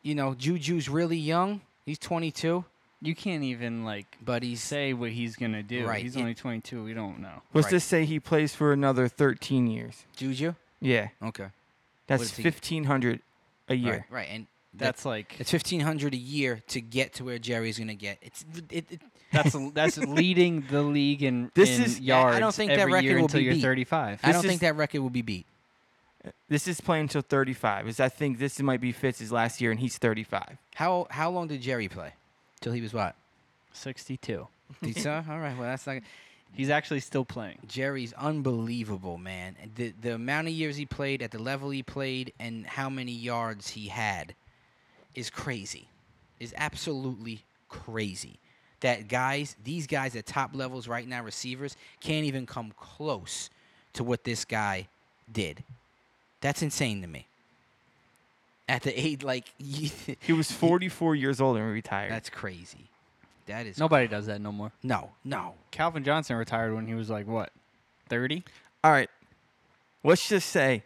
you know, Juju's really young. He's 22, You can't even like but he's say what he's gonna do. Right. He's It- only 22. We don't know. Let's Right. just say he plays for another 13 years. Juju. Yeah, Okay. What that's does he- 1,500 a year. Right. Right. And that's That's like it's 1,500 a year to get to where Jerry's gonna get. It's it, it, that's that's leading the league in This in is- Yeah, I yards. don't think that every record year will until be you're beat. 35. I This don't is- think that record will be beat. This is playing until 35. Is I think this might be Fitz's last year, and he's 35. How how long did Jerry play? Till he was what? 62. Did so? All right. Well, that's not. He's actually still playing. Jerry's unbelievable, man. The the amount of years he played at the level he played and how many yards he had is crazy. Is absolutely crazy. That guys, these guys at top levels right now receivers can't even come close to what this guy did. That's insane to me. At the age like you- He was 44 years old and retired. that's crazy. That is Nobody does that no more. no, no. Calvin Johnson retired when he was like what, 30? All right. Let's just say.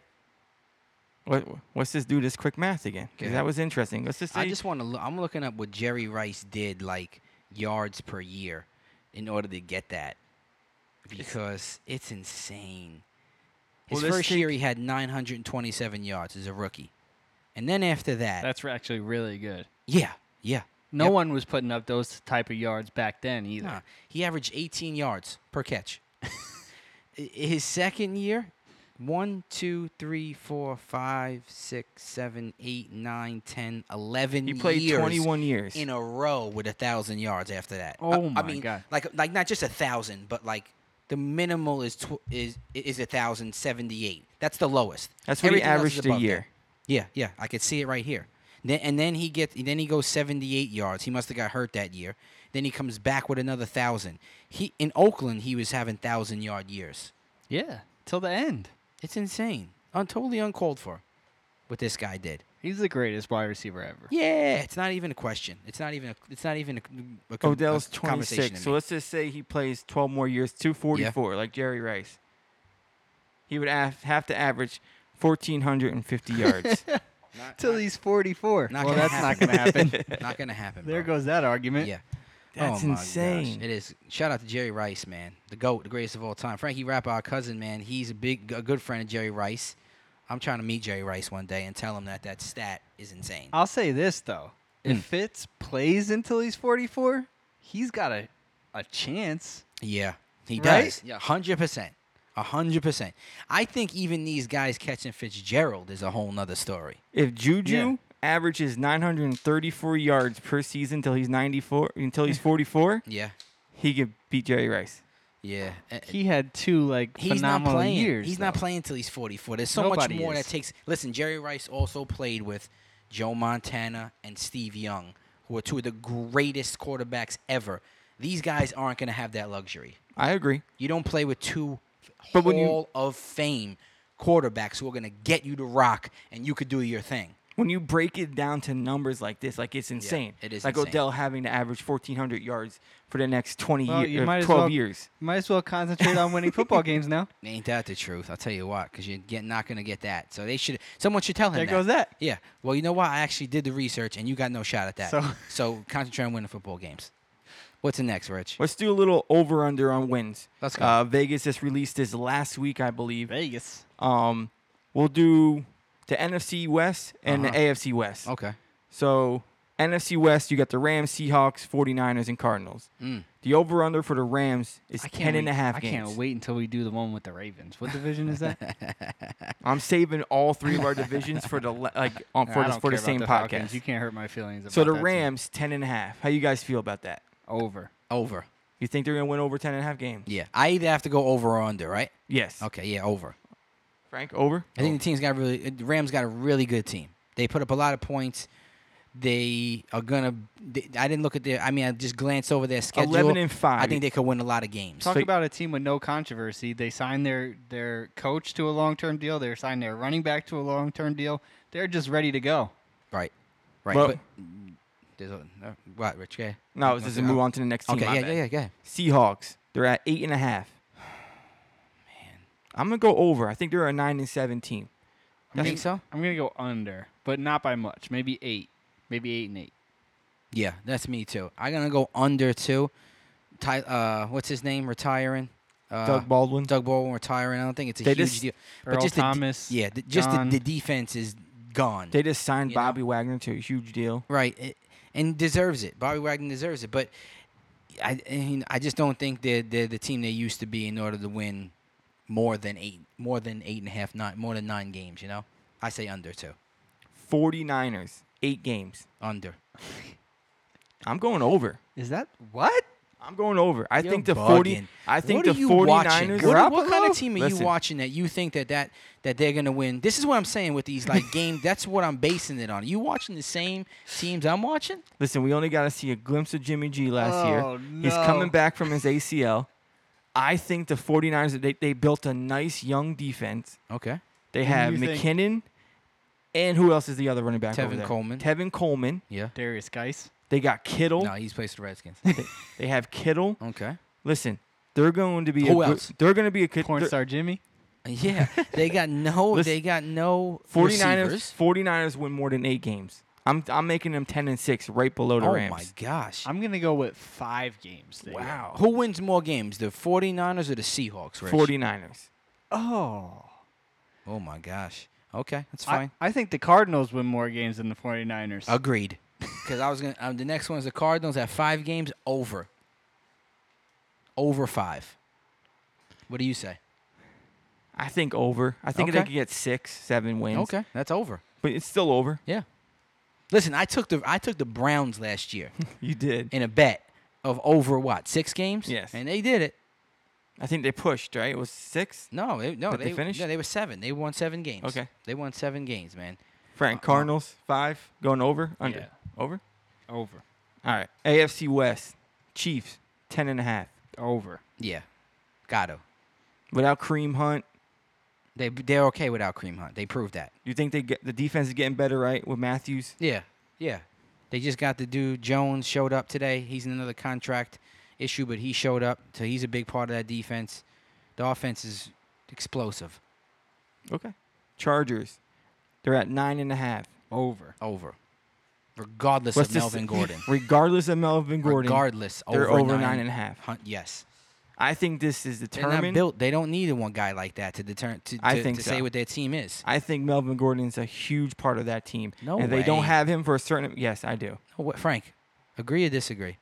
What, let's just do this quick math again because Okay. that was interesting. Let's just say I just want to. Look, I'm looking up what Jerry Rice did, like yards per year, in order to get that, because it's insane. His Well, let's first year, take- he had 927 yards as a rookie, and then after that, That's re- actually really good. yeah, yeah, No Yep. one was putting up those type of yards back then either. nah, he averaged 18 yards per catch. I- His second year, one, two, three, four, five, six, seven, eight, nine, ten, eleven. he played years 21 years. in a row with a thousand yards after that. I- Oh I, my mean, God. Like like not just a thousand, but like the minimal is tw- is is a thousand seventy eight. That's the lowest. That's what he Everything else is averaged a above that. year. Yeah, yeah, I could see it right here. Then, and then he gets then he goes seventy eight yards. He must have got hurt that year. Then he comes back with another thousand. He in Oakland he was having thousand yard years. Yeah, till the end. It's insane. Un- totally uncalled for. What this guy did. He's the greatest wide receiver ever. Yeah, it's not even a question. It's not even a, it's not even a, a con- a Odell's conversation 26. to So me. let's just say he plays 12 more years, 244, like Jerry Rice. He would af- have to average 1,450 yards. Not- Till he's 44. Not well, gonna that's not going to happen. Not gonna happen. there bro. goes that argument. Yeah. That's oh my insane. Gosh. It is. Shout out to Jerry Rice, man, the goat, the greatest of all time. Frankie Rapp, our cousin, man, he's a big, a good friend of Jerry Rice. I'm trying to meet Jerry Rice one day and tell him that that stat is insane. I'll say this though: Hmm. if Fitz plays until he's 44, he's got a a chance. Yeah, he Right? does. Yeah, hundred percent, hundred percent. I think even these guys catching Fitzgerald is a whole nother story. If Juju Yeah. averages 934 yards per season until he's 94, until he's 44, Yeah, he could beat Jerry Rice. yeah. A- He had two like He's not phenomenal playing. years. he's not though. playing until he's 44. There's so Nobody much more is. that takes. Listen, Jerry Rice also played with Joe Montana and Steve Young, who are two of the greatest quarterbacks ever. These guys aren't going to have that luxury. I agree. You don't play with two But when you- Hall of Fame quarterbacks who are going to get you to rock and you could do your thing. When you break it down to numbers like this, like it's insane. it is like insane. Odell having to average 1,400 yards for the next 20 Well, you years, might 12 as well- years. Might as well concentrate on winning football games now. Ain't that the truth? I'll tell you what, because you're get, not going to get that. So they should. Someone should tell him. There that. goes that. Yeah. Well, you know what? I actually did the research, and you got no shot at that. So, So- concentrate on winning football games. What's the next, Rich? Let's do a little over under on wins. Let's go. Uh, Vegas just released this last week, I believe. Vegas. Um, we'll do the NFC West and Uh-huh. the AFC West. Okay. So, NFC West, you got the Rams, Seahawks, 49ers, and Cardinals. Mm. The over under for the Rams is I can't 10 and wait- a half I games. can't wait until we do the one with the Ravens. What division is that? I'm saving all three of our divisions for the le- like um, for, I the, don't for the care about same Falcons. You podcast. can't hurt my feelings. About So, the that team. Rams, 10 and a half. How you guys feel about that? over. Over. You think they're going to win over 10 and a half games? Yeah. I either have to go over or under, right? Yes. Okay. Yeah. Over. Frank, over? I think the team's got a really. uh, The Rams got a really good team. They put up a lot of points. They are gonna. They, I didn't look at their. I mean, I just glanced over their schedule. 11 and 5. I think they could win a lot of games. Talk So- about a team with no controversy. They signed their their coach to a long term deal. They signed their running back to a long term deal. They're just ready to go. Right. Right. Well- but there's a, no, what, Rich? Okay. No, I was just Okay, gonna move on to the next team. Okay. my Yeah. bad. Yeah. Yeah. Yeah. Seahawks. They're at eight and a half. Man, I'm gonna go over. I think they're a nine and seven team. You think so? I'm gonna go under, but not by much. Maybe eight. Maybe eight and eight. Yeah, that's me too. I'm gonna go under too. Ty, uh, what's his name retiring? Uh, Doug Baldwin. Doug Baldwin retiring. I don't think it's a They huge just- deal. Earl the d- Thomas, yeah, the, just the, gone. the defense is gone. They just signed You know? Bobby Wagner to a huge deal. right, it- and deserves it. Bobby Wagner deserves it, but I I mean, I just don't think they're, they're the team they used to be in order to win more than eight, more than eight and a half, nine, more than nine games. You know, I say under too. 49ers, eight games. Under. I'm going over. Is that what? I'm going over. I You're think the 40 bugging. I think What are the you 49ers watching? What, what kind of Garoppolo? team are Listen, you watching that you think that, that that they're gonna win? This is what I'm saying with these like game. That's what I'm basing it on. You watching the same teams I'm watching? Listen, we only got to see a glimpse of Jimmy G last Oh, year. He's no. coming back from his ACL. I think the 49ers they, they built a nice young defense. Okay. They Who do have you think- McKinnon and who else is the other running back over Tevin there? Coleman. Tevin Coleman. Yeah. Darius Geis. They got Kittle. No, he's placed the Redskins. They have Kittle. Okay. Listen, they're going to be Who a good- else? they're going to be a good Porn they're- star Jimmy. Yeah, they got no. Listen, they got no 49ers. 49ers, 49ers win more than 8 games. I'm I'm making them 10 and 6 right below the Oh Rams. my gosh! I'm gonna go with five games. There. Wow. Who wins more games, the 49ers or the Seahawks? Rich? 49ers. Oh. Oh my gosh. Okay, that's I, fine. I think the Cardinals win more games than the 49ers. Agreed. Because I was gonna. Um, the next one is the Cardinals at five games over. Over five. What do you say? I think over. I think they Okay. could get 6, 7 wins. Okay, that's over. But it's still over. Yeah. Listen, I took the I took the Browns last year You did. in a bet of over what six games. Yes. and they did it. I think they pushed, right? It was 6. No, they, no, But they they, finished? No, they were seven. They won seven games. Okay. they won seven games, man. Uh-huh. Frank Cardinals 5 going over under. Yeah. Over. Over. All right. AFC West. Chiefs 10 and a half. Over. Yeah, gotta. Without Kareem Hunt, They they're okay without Cream Hunt. They proved that. you think they get the defense is getting better, right? With Matthews? Yeah, yeah. They just got the dude Jones showed up today. He's in another contract issue, but he showed up, so he's a big part of that defense. The offense is explosive. Okay. Chargers. They're at nine and a half. Over. Over, regardless What's of this- Melvin Gordon. Regardless of Melvin Gordon, Regardless, they're over, over nine, nine and a half. Hunt, yes, I think this is they're not determined. built. They don't need one guy like that to deter to, to, I think to so. say what their team is. I think Melvin Gordon's a huge part of that team. No and they don't way. have him for a certain. Yes, I do. Oh, what, Frank, agree or disagree?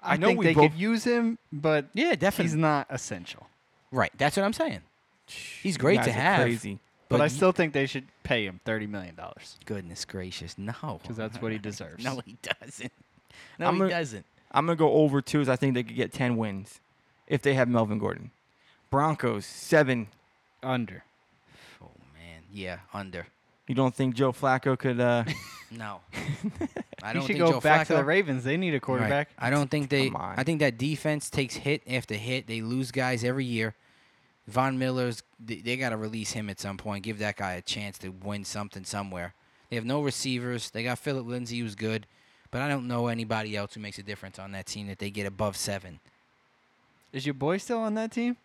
I, I know think we we they both- could use him, but Yeah, definitely. he's not essential. Right. That's what I'm saying. He's You great guys to are have. Crazy. But, I you- still think they should pay him thirty million dollars goodness gracious, no. because that's what he deserves. No, he doesn't. No, I'm he a- doesn't. I'm gonna go over two. Is I think they could get ten wins if they have Melvin Gordon. Broncos seven. under. Oh man, yeah, under. You don't think Joe Flacco could? Uh, No, I He don't should think go Joe back to the Flacco- Ravens. They need a Right. quarterback. I don't think they. Come on. I think that defense takes hit after hit. They lose guys every year. Von Miller's. They, they got to release him at some point. Give that guy a chance to win something somewhere. They have no receivers. They got Philip Lindsay, who's good, but I don't know anybody else who makes a difference on that team that they get above seven. Is your boy still on that team?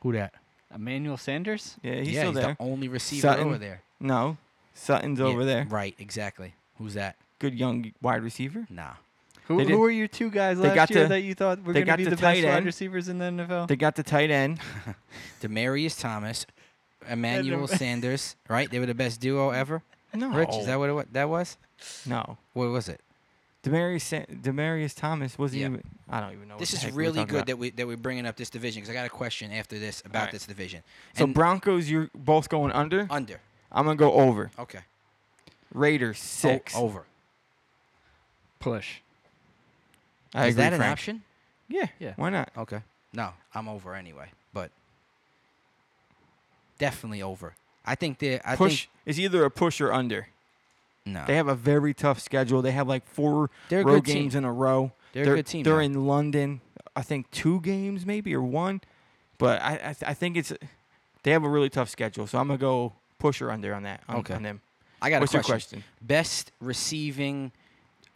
Who that? Emmanuel Sanders. yeah, he's yeah, still he's there. the only receiver Sutton. over there. no, Sutton's Yeah, over there. Right, exactly. Who's that? Good young wide receiver. Nah. Who, They did- who are your two guys they last got year the- that you thought were they going got to be the the tight best wide end. receivers in the NFL? They got the tight end. Demarius Thomas, Emmanuel Dem- Sanders, right? They were the best duo ever. No, Rich, is that what it, wa- that was? no. What was it? Demarius Sa- Demarius Thomas wasn't Yeah. even. I don't even know. This what is the heck we were really talking good about. that we that we're bringing up this division because I got a question after this about Alright. this division. So And Uh, Broncos, you're both going under. under, I'm gonna go over. okay, Oh, Raiders six. O- over. Push. I is agree, that an Frank. option? Yeah. Yeah. Why not? Okay, no, I'm over anyway, but definitely over. I think they. I push think is either a push or under. no. They have a very tough schedule. They have like four They're a road good team. games in a row. They're a good team, They're though. in London. I think two games maybe or one, but I I, th- I think it's they have a really tough schedule. So I'm gonna go push or under on that. On, Okay. on them. I got What's a your question. question? Best receiving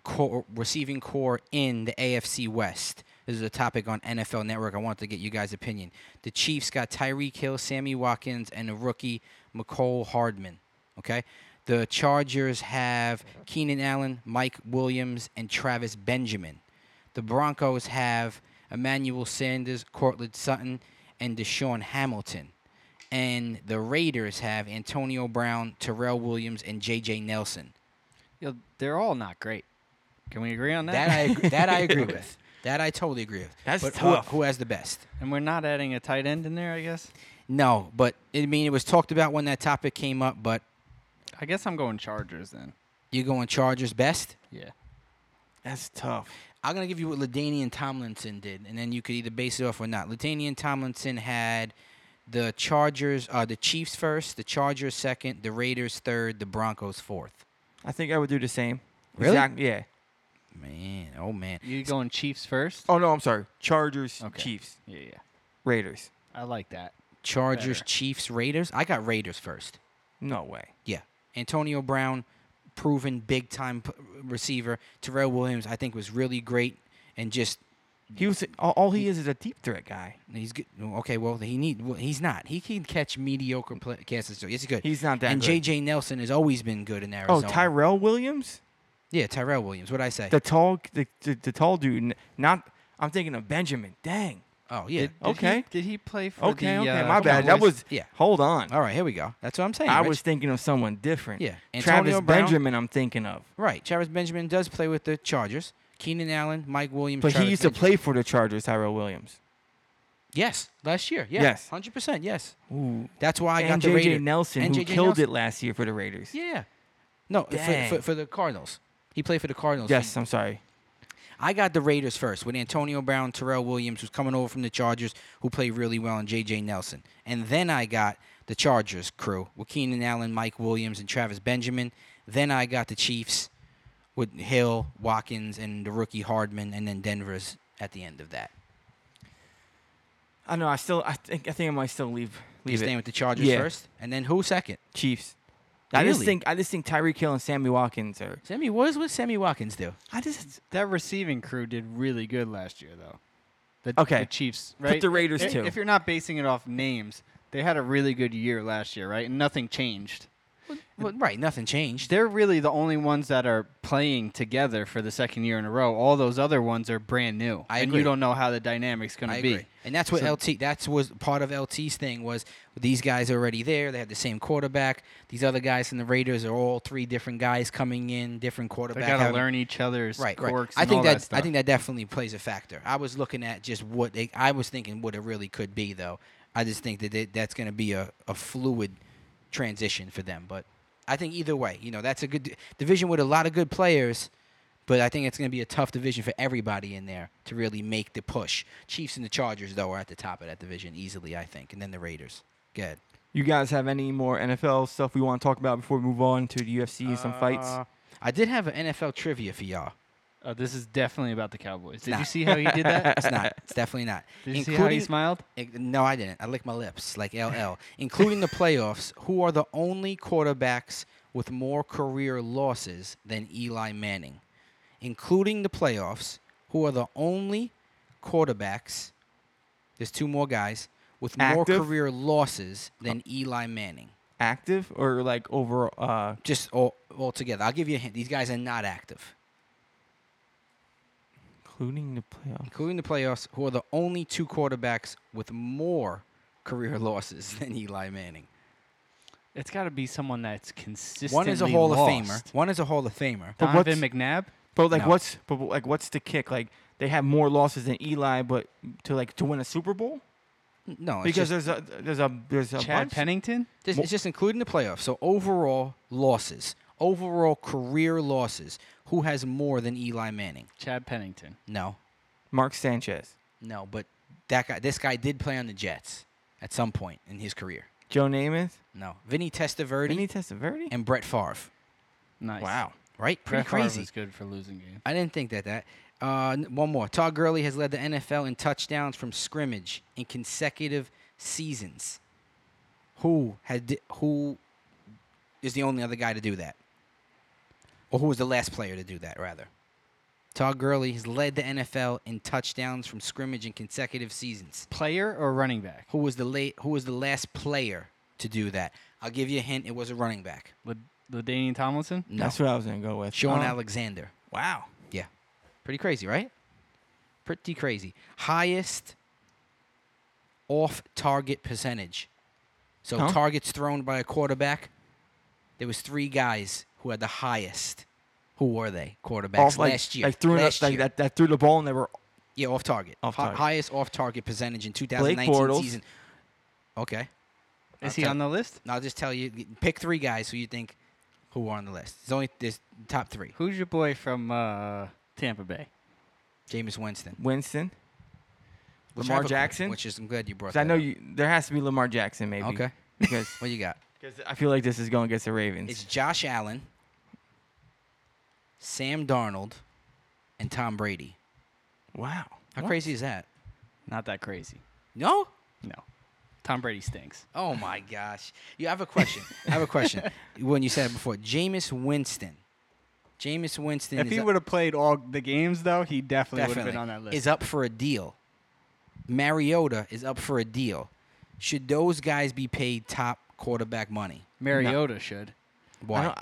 core, receiving core in the AFC West. This is a topic on NFL Network. I wanted to get you guys' opinion. The Chiefs got Tyreek Hill, Sammy Watkins, and the rookie McCole Hardman. Okay. The Chargers have Keenan Allen, Mike Williams, and Travis Benjamin. The Broncos have Emmanuel Sanders, Cortland Sutton, and Deshaun Hamilton. And the Raiders have Antonio Brown, Terrell Williams, and J.J. Nelson. Yo, they're all not great. Can we agree on that? That I agree, that I agree with. That I totally agree with. That's but who- tough. Who, has the best? and we're not adding a tight end in there, I guess. No, but I mean, it was talked about when that topic came up, but I guess I'm going Chargers then. you're going Chargers best. Yeah. That's tough. I'm gonna give you what Ladainian Tomlinson did, and then you could either base it off or not. Ladainian Tomlinson had the Chargers, uh, the Chiefs first, the Chargers second, the Raiders third, the Broncos fourth. I think I would do the same. Really? Exact- yeah. Man, oh man, You going Chiefs first? Oh no, I'm sorry. Chargers, Okay. Chiefs, Yeah, yeah. Raiders. I like that. Chargers, Better. Chiefs, Raiders. I got Raiders first. No way. Yeah, Antonio Brown, proven big time p- receiver. Terrell Williams, I think, was really great, and just He was all, all he is is a deep threat guy. He's good. no, Okay, well he need. Well, he's not. He can catch mediocre play, catches. So yes, he's good. He's not that And good. JJ Nelson has always been good in Oh, Arizona. Tyrell Williams, Yeah, Tyrell Williams. What would I say? the tall, the, the, the tall dude. N- Not, I'm thinking of Benjamin. Dang. oh yeah. Did, did Okay. He, did he play for Okay, the? okay, uh, my bad. That Cowboys? was Yeah. Hold on. All right, here we go. That's what I'm saying. I Rich. was thinking of someone different. Yeah. Antonio Travis Brown. Benjamin. I'm thinking of, right. Travis Benjamin does play with the Chargers. Keenan Allen, Mike Williams. but he Travis used to Benjamin. play for the Chargers. Tyrell Williams. Yes, last year. Yeah, Yes. Hundred percent. Yes. Ooh. That's why I got and the Raider. JJ Nelson, And who J.J. killed Nelson. it last year for the Raiders. Yeah. No, for, Dang. for, for the Cardinals. He played for the Cardinals. Yes, I'm sorry. I got the Raiders first with Antonio Brown, Terrell Williams, who's coming over from the Chargers, who played really well, and J.J. Nelson. And then I got the Chargers crew with Keenan Allen, Mike Williams, and Travis Benjamin. Then I got the Chiefs with Hill, Watkins, and the rookie Hardman, and then Denver's at the end of that. I know. I still. I think. I think I might still leave. You Leave it. staying with the Chargers Yeah. first, and then who second? Chiefs. I just Really? think. I just think Tyreek Hill and Sammy Watkins are. Sammy, what does what Sammy Watkins do? I just. That receiving crew did really good last year, though. The, Okay. The Chiefs, right? the Raiders, if, too. If you're not basing it off names, they had a really good year last year, right? And nothing changed. Well, right, nothing changed. They're really the only ones that are playing together for the second year in a row. All those other ones are brand new, I and agree. you don't know how the dynamic's going I to be. agree. And that's what So- LT. That's was part of LT's thing was these guys are already there. They have the same quarterback. These other guys from the Raiders are all three different guys coming in, different quarterback. They got to having- learn each other's Right, right. quirks. I and think all that, that stuff. I think that definitely plays a factor. I was looking at just what they, I was thinking what it really could be though. I just think that they, that's going to be a, a fluid transition for them. But I think either way, you know, that's a good d- division with a lot of good players. But I think it's going to be a tough division for everybody in there to really make the push. Chiefs and the Chargers though are at the top of that division easily, I think, and then the Raiders. Good. You guys have any more NFL stuff we want to talk about before we move on to the UFC and some fights? Uh, Uh, I did have an NFL trivia for y'all. Oh, this is definitely about the Cowboys. Did Nah. you see how he did that? It's not. it's definitely not. Did you see how he Including- smiled? Ig- No, I didn't. I licked my lips like LL. Including the playoffs, who are the only quarterbacks with more career losses than Eli Manning? Including the playoffs, who are the only quarterbacks, there's two more guys, with more Active? career losses than Eli Manning? Active or like over? Uh, Just all, all together. I'll give you a hint. These guys are not active. including the playoff. Including the playoffs, who are the only two quarterbacks with more career losses than Eli Manning? It's got to be someone that's consistently One is a Hall of Famer. lost. One is a Hall of Famer. But Donovan what's- McNabb. But like, No. what's but like, what's the kick? Like, they have more losses than Eli, but to like to win a Super Bowl No, it's because just, there's a there's a there's a Chad bunch. Pennington. just- it's just including the playoffs. So overall losses, overall career losses. Who has more than Eli Manning? Chad Pennington. No, Mark Sanchez, no. But that guy, this guy did play on the Jets at some point in his career. Joe Namath, No, Vinny Testaverde Vinny Testaverde. and Brett Favre. Nice. Wow, Right, pretty Brett crazy. was good for losing game. I didn't think that that. Uh, n- one more. Todd Gurley has led the NFL in touchdowns from scrimmage in consecutive seasons. Who had di- who is the only other guy to do that? Or who was the last player to do that rather? Todd Gurley has led the NFL in touchdowns from scrimmage in consecutive seasons. Player or running back? Who was the late who was the last player to do that? I'll give you a hint, it was a running back. Lad- Ladainian Tomlinson. No. that's what I was gonna go with. Sean Uh, Alexander. Wow. Yeah. Pretty crazy, right? Pretty crazy. Highest off target percentage. So Huh? targets thrown by a quarterback. There was three guys who had the highest. Who were they? Quarterbacks Off like, last year. like throwing last up, like year. that, that threw the ball and they were Yeah, off target. Off Hi- target. highest off target percentage in 2019 Bortles. season. Okay. I'll Is he tell- on the list? I'll just tell you, pick three guys who you think who are on the list. There's only there's top three. Who's your boy from uh, Tampa Bay? Jameis Winston, Winston. Which I Lamar have a- Jackson? which is I'm glad you brought. 'Cause That I know up. you, there has to be Lamar Jackson, maybe. Okay. Because What you got? 'cause I feel like this is going against the Ravens. It's Josh Allen, Sam Darnold, and Tom Brady. wow. How crazy is that? Not that crazy. No. No. Tom Brady stinks. Oh my gosh. You I have a question. I have a question. When you said it before, Jameis Winston. Jameis Winston If is he up- would have played all the games, though, he definitely, would have definitely been on that list. is up for a deal. Mariota is up for a deal. Should those guys be paid top quarterback money? Mariota should I Why? don't-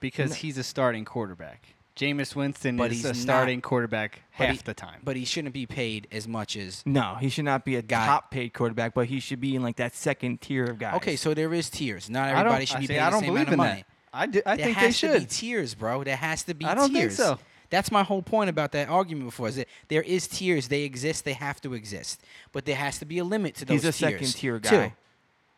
because he's a starting quarterback. Jameis Winston But is he's a not- starting quarterback But half he- the time. But he shouldn't be paid as much as. No, he should not be a Guy. top paid quarterback, but he should be in like that second tier of guys. Okay, so there is tiers. Not I don't- everybody should I be see, paid I don't the same amount believe of in money. that. I, do, I There think has they to be should. tiers, bro. There has to be I don't think tiers. so. That's my whole point about that argument before. Is that there is tiers. They exist. They have to exist. But there has to be a limit to those he's a tiers. second tier too. guy.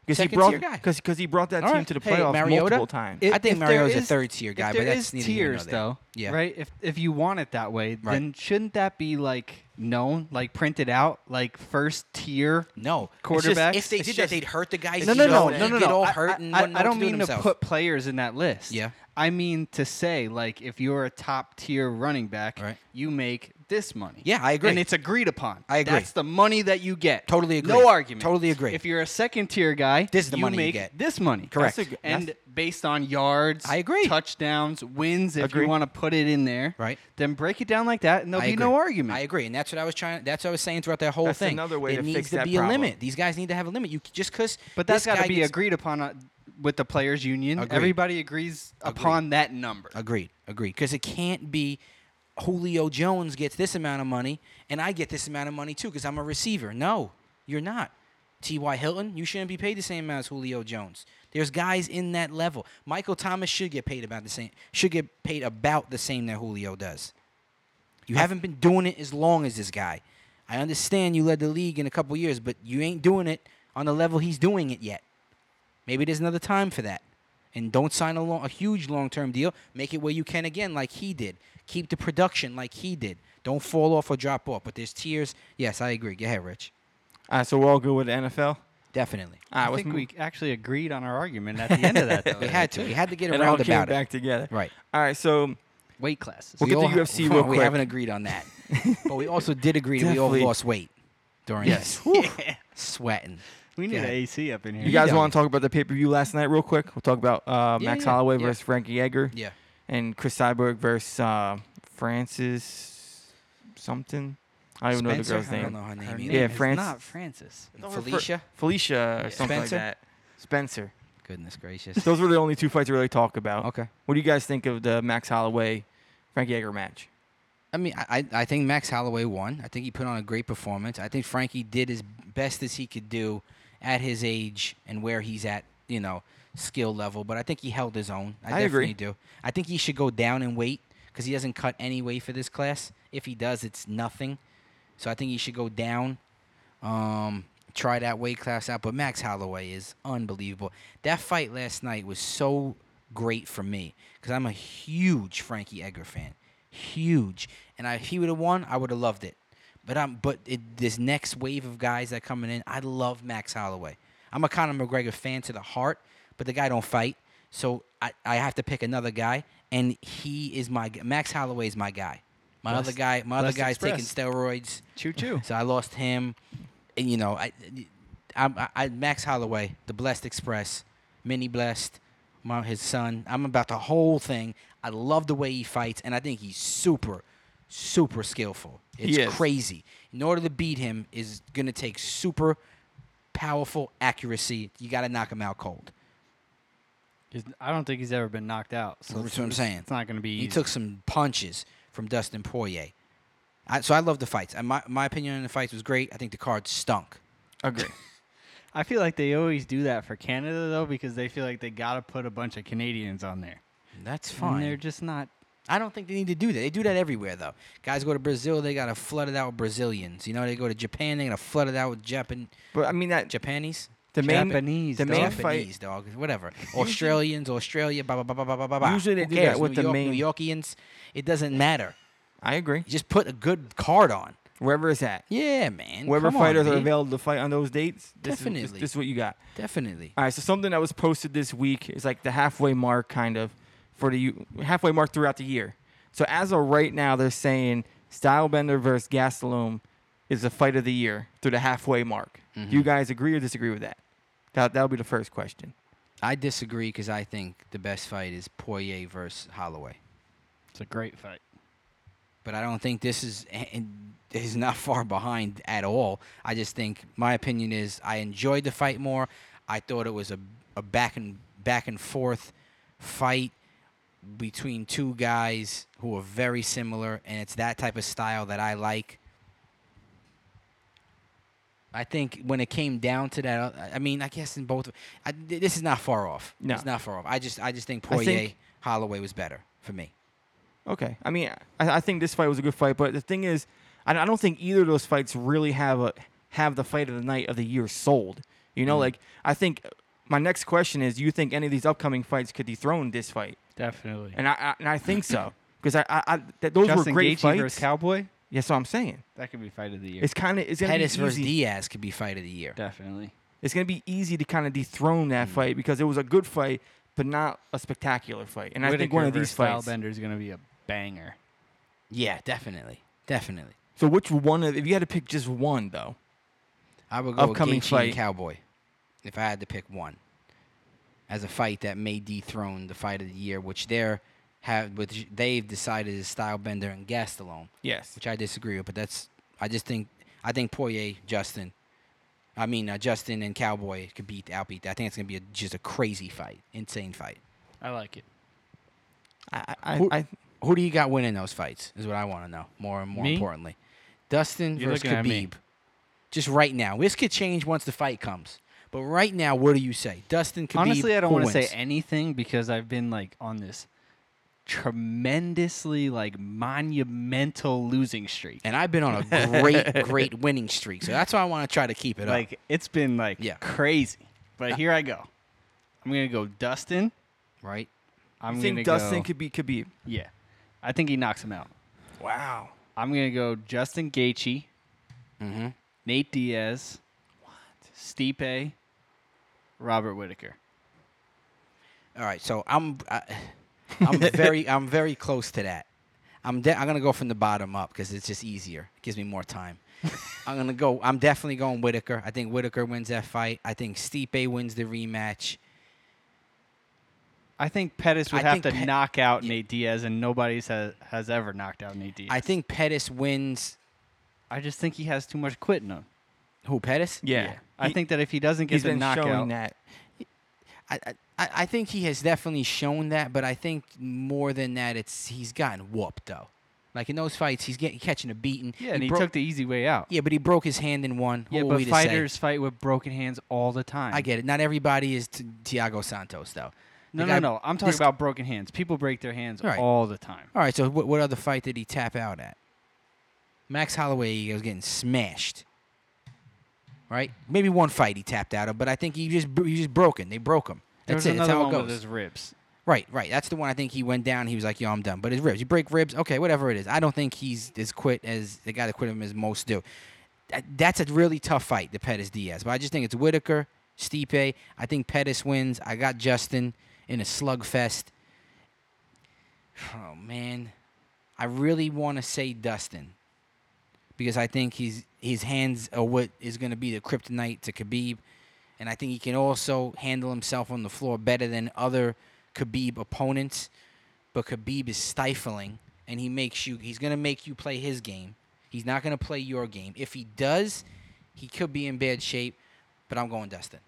Because he Second brought tier guy. because he brought that All team right. to the Hey, playoffs Mariota, multiple times. I think if there Mariota's a is- third-tier guy, if but there that's is neither here nor tiers there. though, Yeah. right? If if you want it that way, then shouldn't that be like known, like printed out, like first tier No quarterbacks? If they It's did just- that, they'd hurt the guys. no, no, egos no, and no, no, Get no. all I- hurt I, and I, wouldn't know I what don't do mean to themselves. put players in that list. Yeah. I mean to say, like, if you're a top tier running back, Right. you make this money. Yeah, I agree. And it's agreed upon. I agree. That's the money that you get. Totally agree. No argument. Totally agree. If you're a second tier guy, This is the you money you make get. This money. Correct. That's a good- and based on yards, I agree. touchdowns, wins, if Agree. you want to put it in there, Right. Then break it down like that, and there'll I be agree. no argument. I agree, and that's what I was trying. That's what I was saying throughout that whole That's thing. another way there to needs fix to that be problem. a limit. These guys need to have a limit. You c- just because. But that's got to be agreed upon. uh with the players union, Agreed. everybody agrees upon that number. Agreed. Agreed. Because it can't be Julio Jones gets this amount of money and I get this amount of money too because I'm a receiver. No, you're not. T.Y. Hilton, you shouldn't be paid the same amount as Julio Jones. There's guys in that level. Michael Thomas should get paid about the same. Should get paid about the same that Julio does. You haven't been doing it as long as this guy. I understand you led the league in a couple years, but you ain't doing it on the level he's doing it yet. Maybe there's another time for that. And don't sign a, long, a huge long term deal. Make it where you can again, like he did. Keep the production like he did. Don't fall off or drop off. But there's tears. Yes, I agree. Go ahead, Rich. All right, so we're all good with the NFL. Definitely. All right, I let's think move- we actually agreed on our argument at the end of that. Though, We had to. We had to get it all around came about it. back together. Right. All right, so weight classes. We'll get all to ha- UFC real We quick. haven't agreed on that. but we also did agree we all Definitely. lost weight during Yes. this. Sweating. we need Yeah. an AC up in here. you guys done. want to talk about the pay per view last night real quick? We'll talk about uh, Yeah, Max yeah, Holloway yeah. versus Frankie Edgar Yeah. and Chris Cyborg versus uh, Francis something. I don't even know the Spencer? girl's I don't name. know her name name either. Yeah, is Francis. Not Francis. And Felicia. Felicia or Yeah. something Spencer? like that. Spencer. Goodness gracious. Those were the only two fights to really talk about. Okay. What do you guys think of the Max Holloway Frankie Edgar match? I mean, I, I I think Max Holloway won. I think he put on a great performance. I think Frankie did as best as he could do at his age and where he's at, you know, skill level. But I think he held his own. I, I definitely agree. do. I think he should go down in weight because he doesn't cut any weight for this class. If he does, it's nothing. So I think he should go down, um, try that weight class out. But Max Holloway is unbelievable. That fight last night was so great for me because I'm a huge Frankie Edgar fan, huge. And I, if he would have won, I would have loved it. But I'm, but it, this next wave of guys that are coming in, I love Max Holloway. I'm a Conor McGregor fan to the heart, but the guy don't fight, so I, I have to pick another guy, and he is my g- Max Holloway is my guy. My other Blessed- guy, my other blessed guy's taking express. steroids. Choo choo. So I lost him. And, you know, I, I'm, I, I Max Holloway, the Blessed Express, Mini Blessed, my, his son. I'm about the whole thing. I love the way he fights, and I think he's super, super skillful. It's is. crazy. In order to beat him is gonna take super powerful accuracy. You got to knock him out cold. I don't think he's ever been knocked out. So That's it's- what I'm it's- saying. It's not going to be. He easy. took some punches from Dustin Poirier. I, so I love the fights. And my, my opinion on the fights was great. I think the card stunk. Agree. I feel like they always do that for Canada though, because they feel like they got to put a bunch of Canadians on there. That's And they're just not. I don't think they need to do that. They do that everywhere though. Guys go to Brazil, they gotta flood it out with Brazilians. You know, they go to Japan, they gotta flood it out with Japan but I mean that Japanese. The main Japanese, the main dog. fight. Japanese dog, whatever. Australians, Australia, blah blah blah blah blah blah. blah. Usually they Who do that cares? with New the York, main- New Yorkians. It doesn't matter. I agree. You just put a good card on. Wherever it's at, Yeah, man. wherever Come on, fighters are B. available to fight on those dates, this is Definitely. this, this is what you got. Definitely. All right, so something that was posted this week is like the halfway mark, kind of, for the u- halfway mark throughout the year. So as of right now, they're saying Stylebender versus Gastelum is the fight of the year through the halfway mark. Do you guys agree or disagree with that? That that'll be the first question. I disagree because I think the best fight is Poirier versus Holloway. It's a great fight. But I don't think this is and is not far behind at all. I just think my opinion is I enjoyed the fight more. I thought it was a, a back and back and forth fight between two guys who are very similar and it's that type of style that I like. I think when it came down to that, uh, I- I mean, I guess in both, I, th- this is not far off. No. It's not far off. I just, I just think I Poirier think- Holloway was better for me. Okay. I mean, I, I think this fight was a good fight, but the thing is, I, I don't think either of those fights really have a have the fight of the night of the year sold. You know, like I think my next question is, do you think any of these upcoming fights could dethrone this fight? Definitely. And I, I and I think so because I, I, I that those Justin were great Gaethje versus fights. Cowboy. yeah, so I'm saying That could be fight of the year. it's kind of it's gonna Pettis be versus easy. Diaz could be fight of the year. Definitely. It's gonna be easy to kind of dethrone Hmm. that fight because it was a good fight, but not a spectacular fight. And I think one of these fights. Bender is going to be a banger. Yeah, definitely, definitely. So which one of if you had to pick just one though? I would go Upcoming upcoming fight. and Cowboy if I had to pick one as a fight that may dethrone the fight of the year, which they're have which they've decided is Stylebender and Gastelum, Yes. which I disagree with. But that's I just think I think Poirier, Justin, I mean uh, Justin and Cowboy could beat outbeat. that. I think it's gonna be a, just a crazy fight, insane fight. I like it. I, I, Who- I, Who do you got winning those fights? Is what I want to know. More and more Me? importantly, Dustin You're versus looking at me. Khabib. Just right now, this could change once the fight comes. But right now, what do you say, Dustin? Khabib, Honestly, I don't want to say anything because I've been like on this tremendously like monumental losing streak. and I've been on a great, great winning streak, so that's why I want to try to keep it like it's been like Yeah. crazy. But here I go. I'm going to go Dustin. up, right? I'm you going to think go Dustin could be Khabib? Yeah. I think he knocks him out. Wow. I'm going to go Justin Gaethje, Mhm. Nate Diaz, what? Stipe, Robert Whitaker. All right, so I'm, I, I'm very, I'm very close to that. I'm, de- I'm gonna go from the bottom up because it's just easier. It gives me more time. I'm gonna go. I'm definitely going Whitaker. I think Whitaker wins that fight. I think Stipe wins the rematch. I think Pettis would I have think to Pe- knock out Yeah. Nate Diaz, and nobody has, has ever knocked out Nate Diaz. I think Pettis wins. I just think he has too much quit in him. Who Pettis? Yeah. I He- think that if he doesn't get he's the been showing knockout, that. I, I I I think he has definitely shown that, but I think more than that, it's he's gotten whooped though. Like in those fights, he's getting catching a beating. yeah, and he, broke- took the easy way out. Yeah, but he broke his hand in one. Who Yeah, are we but to say? fighters fight with broken hands all the time. I get it. Not everybody is T- Tiago Santos though. No, The no, guy- no. I'm talking this- about broken hands. People break their hands Right. all the time. All right, so what what other fight did he tap out at? Max Holloway was getting smashed. Right? Maybe one fight he tapped out of, but I think he just he just broken. They broke him. There That's was it. another That's how one it goes. with his ribs. Right, right. That's the one I think he went down. He was like, "Yo, I'm done." But his ribs, you break ribs, okay, whatever it is. I don't think he's as quit as the guy that quit him as most do. That, that's a really tough fight, the Pettis Diaz. But I just think it's Whitaker, Stipe. I think Pettis wins. I got Justin in a slugfest. Oh man, I really want to say Dustin because I think he's his hands are what is going to be the kryptonite to Khabib, and I think he can also handle himself on the floor better than other Khabib opponents. But Khabib is stifling, and he makes you. He's going to make you play his game. He's not going to play your game. If he does, he could be in bad shape. But I'm going Dustin.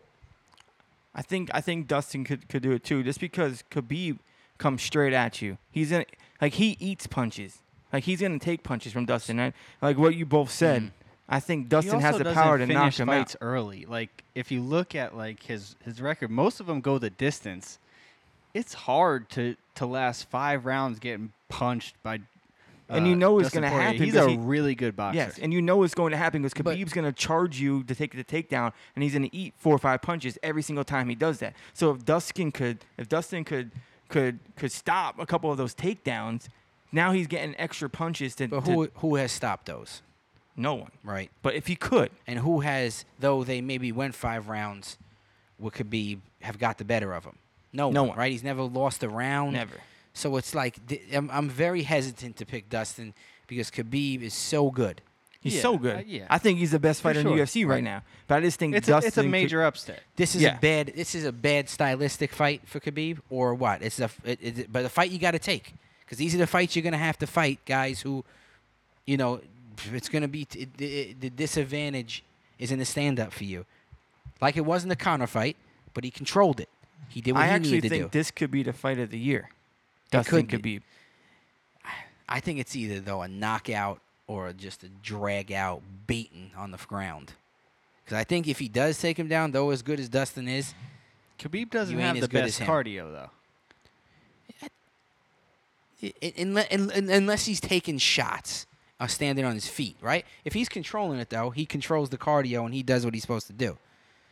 I think I think Dustin could, could do it too, just because Khabib comes straight at you. He's in like he eats punches. Like he's gonna take punches from Dustin. And like what you both said, I think Dustin Mm. he has also the doesn't power to knock finish him fights out. early. Like if you look at like his his record, most of them go the distance. It's hard to to last five rounds getting punched by uh, And you know it's Dustin gonna Poirier. happen He's because a he- really good boxer. Yes, and you know it's going to happen because But- Khabib's going to charge you to take the takedown, and he's going to eat four or five punches every single time he does that. So if Dustin could, if Dustin could, could, could stop a couple of those takedowns, now he's getting extra punches to, But to who who has stopped those, no one. right? But if he could, And who has, though they maybe went five rounds, what could be have got the better of him? No, No one, one. right? He's never lost a round. never. So it's like th- I'm, I'm very hesitant to pick Dustin because Khabib is so good. He's Yeah, so good. uh, yeah. I think he's the best For fighter in sure. the UFC right now. But I just think it's a, Dustin it's a could- major upset. This is Yeah. a bad. This is a bad stylistic fight for Khabib, or what? It's a. f- It, it, but a fight you got to take because these are the fights you're gonna have to fight guys who, you know, it's gonna be t- it, it, the disadvantage is in the stand up for you, like it was in the Conor fight, but he controlled it. He did what I he actually needed to think do. this could be the fight of the year. Dustin could Khabib. I think it's either though a knockout or just a drag out beating on the f- ground. Because I think if he does take him down, though as good as Dustin is, Khabib doesn't ain't have as the good as best him. cardio though. i- i- unle- un- un- unless he's taking shots uh, standing on his feet, right? If he's controlling it though, he controls the cardio and he does what he's supposed to do.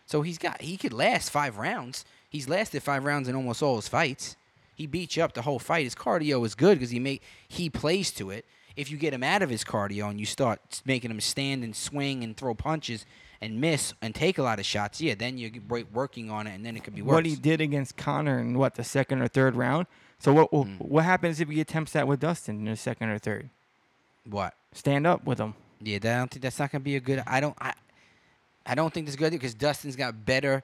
So he's got he could last five rounds. He's lasted five rounds in almost all his fights. He beat you up the whole fight. His cardio is good because he make he plays to it. If you get him out of his cardio and you start s- making him stand and swing and throw punches and miss and take a lot of shots, yeah, then you're g- wor- working on it and then it could be worse. What he did against Connor in what the second or third round. So what Hmm. what, what happens if he attempts that with Dustin in the second or third? what? Stand up with him. Yeah, that- I don't think that's not gonna be a good. I don't. I, I don't think this is good because Dustin's got better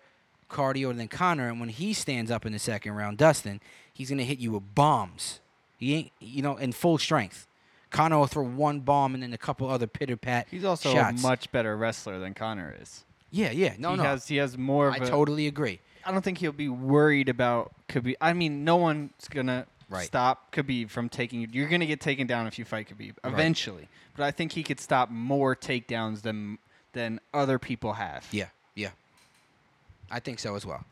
cardio than Connor, and when he stands up in the second round, Dustin, he's gonna hit you with bombs. He ain't, you know, in full strength. Connor will throw one bomb and then a couple other pitter pat. He's also shots. a much better wrestler than Connor is. Yeah, yeah, no, he no. has he has more of I a- totally agree. I don't think he'll be worried about Khabib. I mean, no one's gonna Right. stop Khabib from taking you. You're gonna get taken down if you fight Khabib eventually. But I think he could stop more takedowns than than other people have. Yeah, yeah. I think so as well.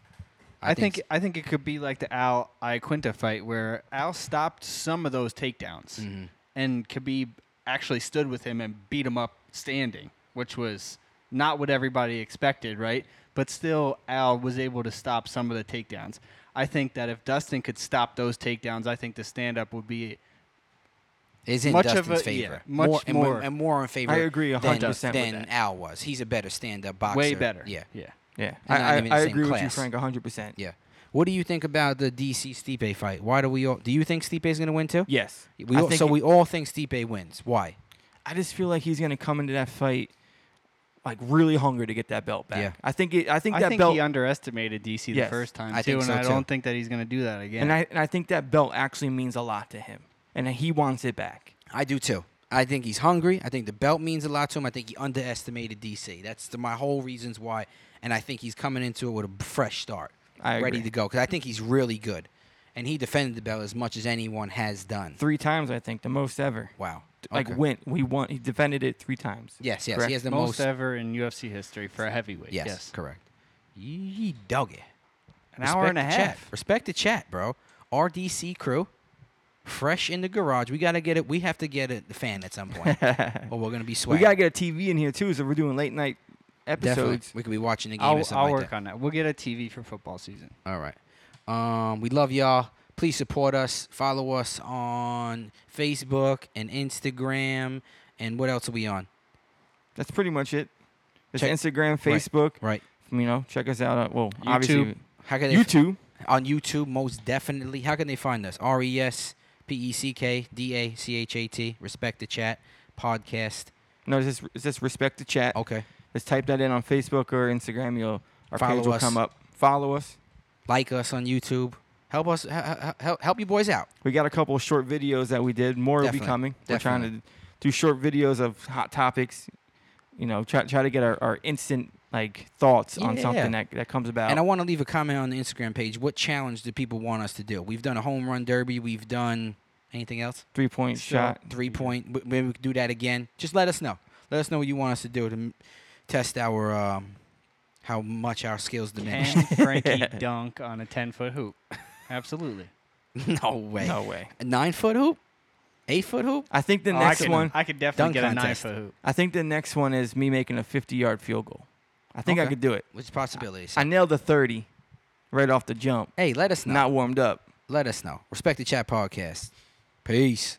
I, think I think it could be like the Al Iaquinta fight where Al stopped some of those takedowns, Mm-hmm. and Khabib actually stood with him and beat him up standing, which was not what everybody expected, right? But still, Al was able to stop some of the takedowns. I think that if Dustin could stop those takedowns, I think the stand up would be is in much of Dustin's a- yeah, favor. much and we're- more. and more in favor. I agree a hundred than- percent with than that. Al was. He's a better stand-up boxer. way better. Yeah, yeah. Yeah, They're I, not I, even in the I same agree with you, class. Frank, 100. percent Yeah. What do you think about the DC Stipe fight? Why do we all? Do you think Stipe is going to win too? Yes, We I all, think so he- we all think Stipe wins. Why? I just feel like he's gonna come into that fight like really hungry to get that belt back. Yeah. I think it, I think I that think belt, he underestimated DC Yes. the first time I too, think and so, I too. don't think that he's going to do that again. and I and I think that belt actually means a lot to him, and that he wants it back. I do too. I think he's hungry. I think the belt means a lot to him. I think he underestimated DC. That's the, my whole reasons why. And I think he's coming into it with a fresh start, I ready agree. to go. Because I think he's really good, and he defended the belt as much as anyone has done. Three times, I think, the most ever. Wow. Like Okay. win, we won. He defended it three times. Yes, yes. Correct. He has the most, most. ever in UFC history for a heavyweight. yes, correct. Yee doggy. an hour and a the chat. half. Respect the chat, bro. RDC crew, fresh in the garage. We gotta get it. We have to get it. The fan at some point, or we're gonna be we sweating. gotta get a TV in here too, so we're doing late night definitely. episodes. We could be watching the game I'll, or I'll something like work that. on that. We'll get a TV for football season. All right. Um, we love y'all. Please support us. Follow us on Facebook and Instagram. And what else are we on? That's pretty much it. It's Check- Instagram, Facebook. Right. You know, check us out. At, well, obviously, How can they YouTube. on YouTube? Most definitely. How can they find us? R E S P E C K D A C H A T. Respect the chat podcast. No, it's just, it's just respect the chat. Okay. Just type that in on Facebook or Instagram. You'll our Follow page will us. come up. Follow us. like us on YouTube. Help us help, help you boys out. We got a couple of short videos that we did. More will be Definitely, coming. We're trying definitely. to do short videos of hot topics. You know, try try to get our, our instant like thoughts on Yeah. something that, that comes about. And I want to leave a comment on the Instagram page. What challenge do people want us to do? We've done a home run derby. We've done anything else? three point So- shot. Three point. w- Maybe we could do that again. Just let us know. Let us know what you want us to do to m- test our um, how much our skills diminish. Can Frankie dunk on a ten foot hoop? Absolutely. no way. No way. A nine foot hoop? Eight foot hoop? I think the Oh, next I could, one. I could definitely dunk get a nine contest. foot hoop. I think the next one is me making a 50 yard field goal. I think I Okay. could do it. Which possibilities? I nailed the 30 right off the jump. hey, let us know. Not warmed up. Let us know. Respect the chat podcast. Peace.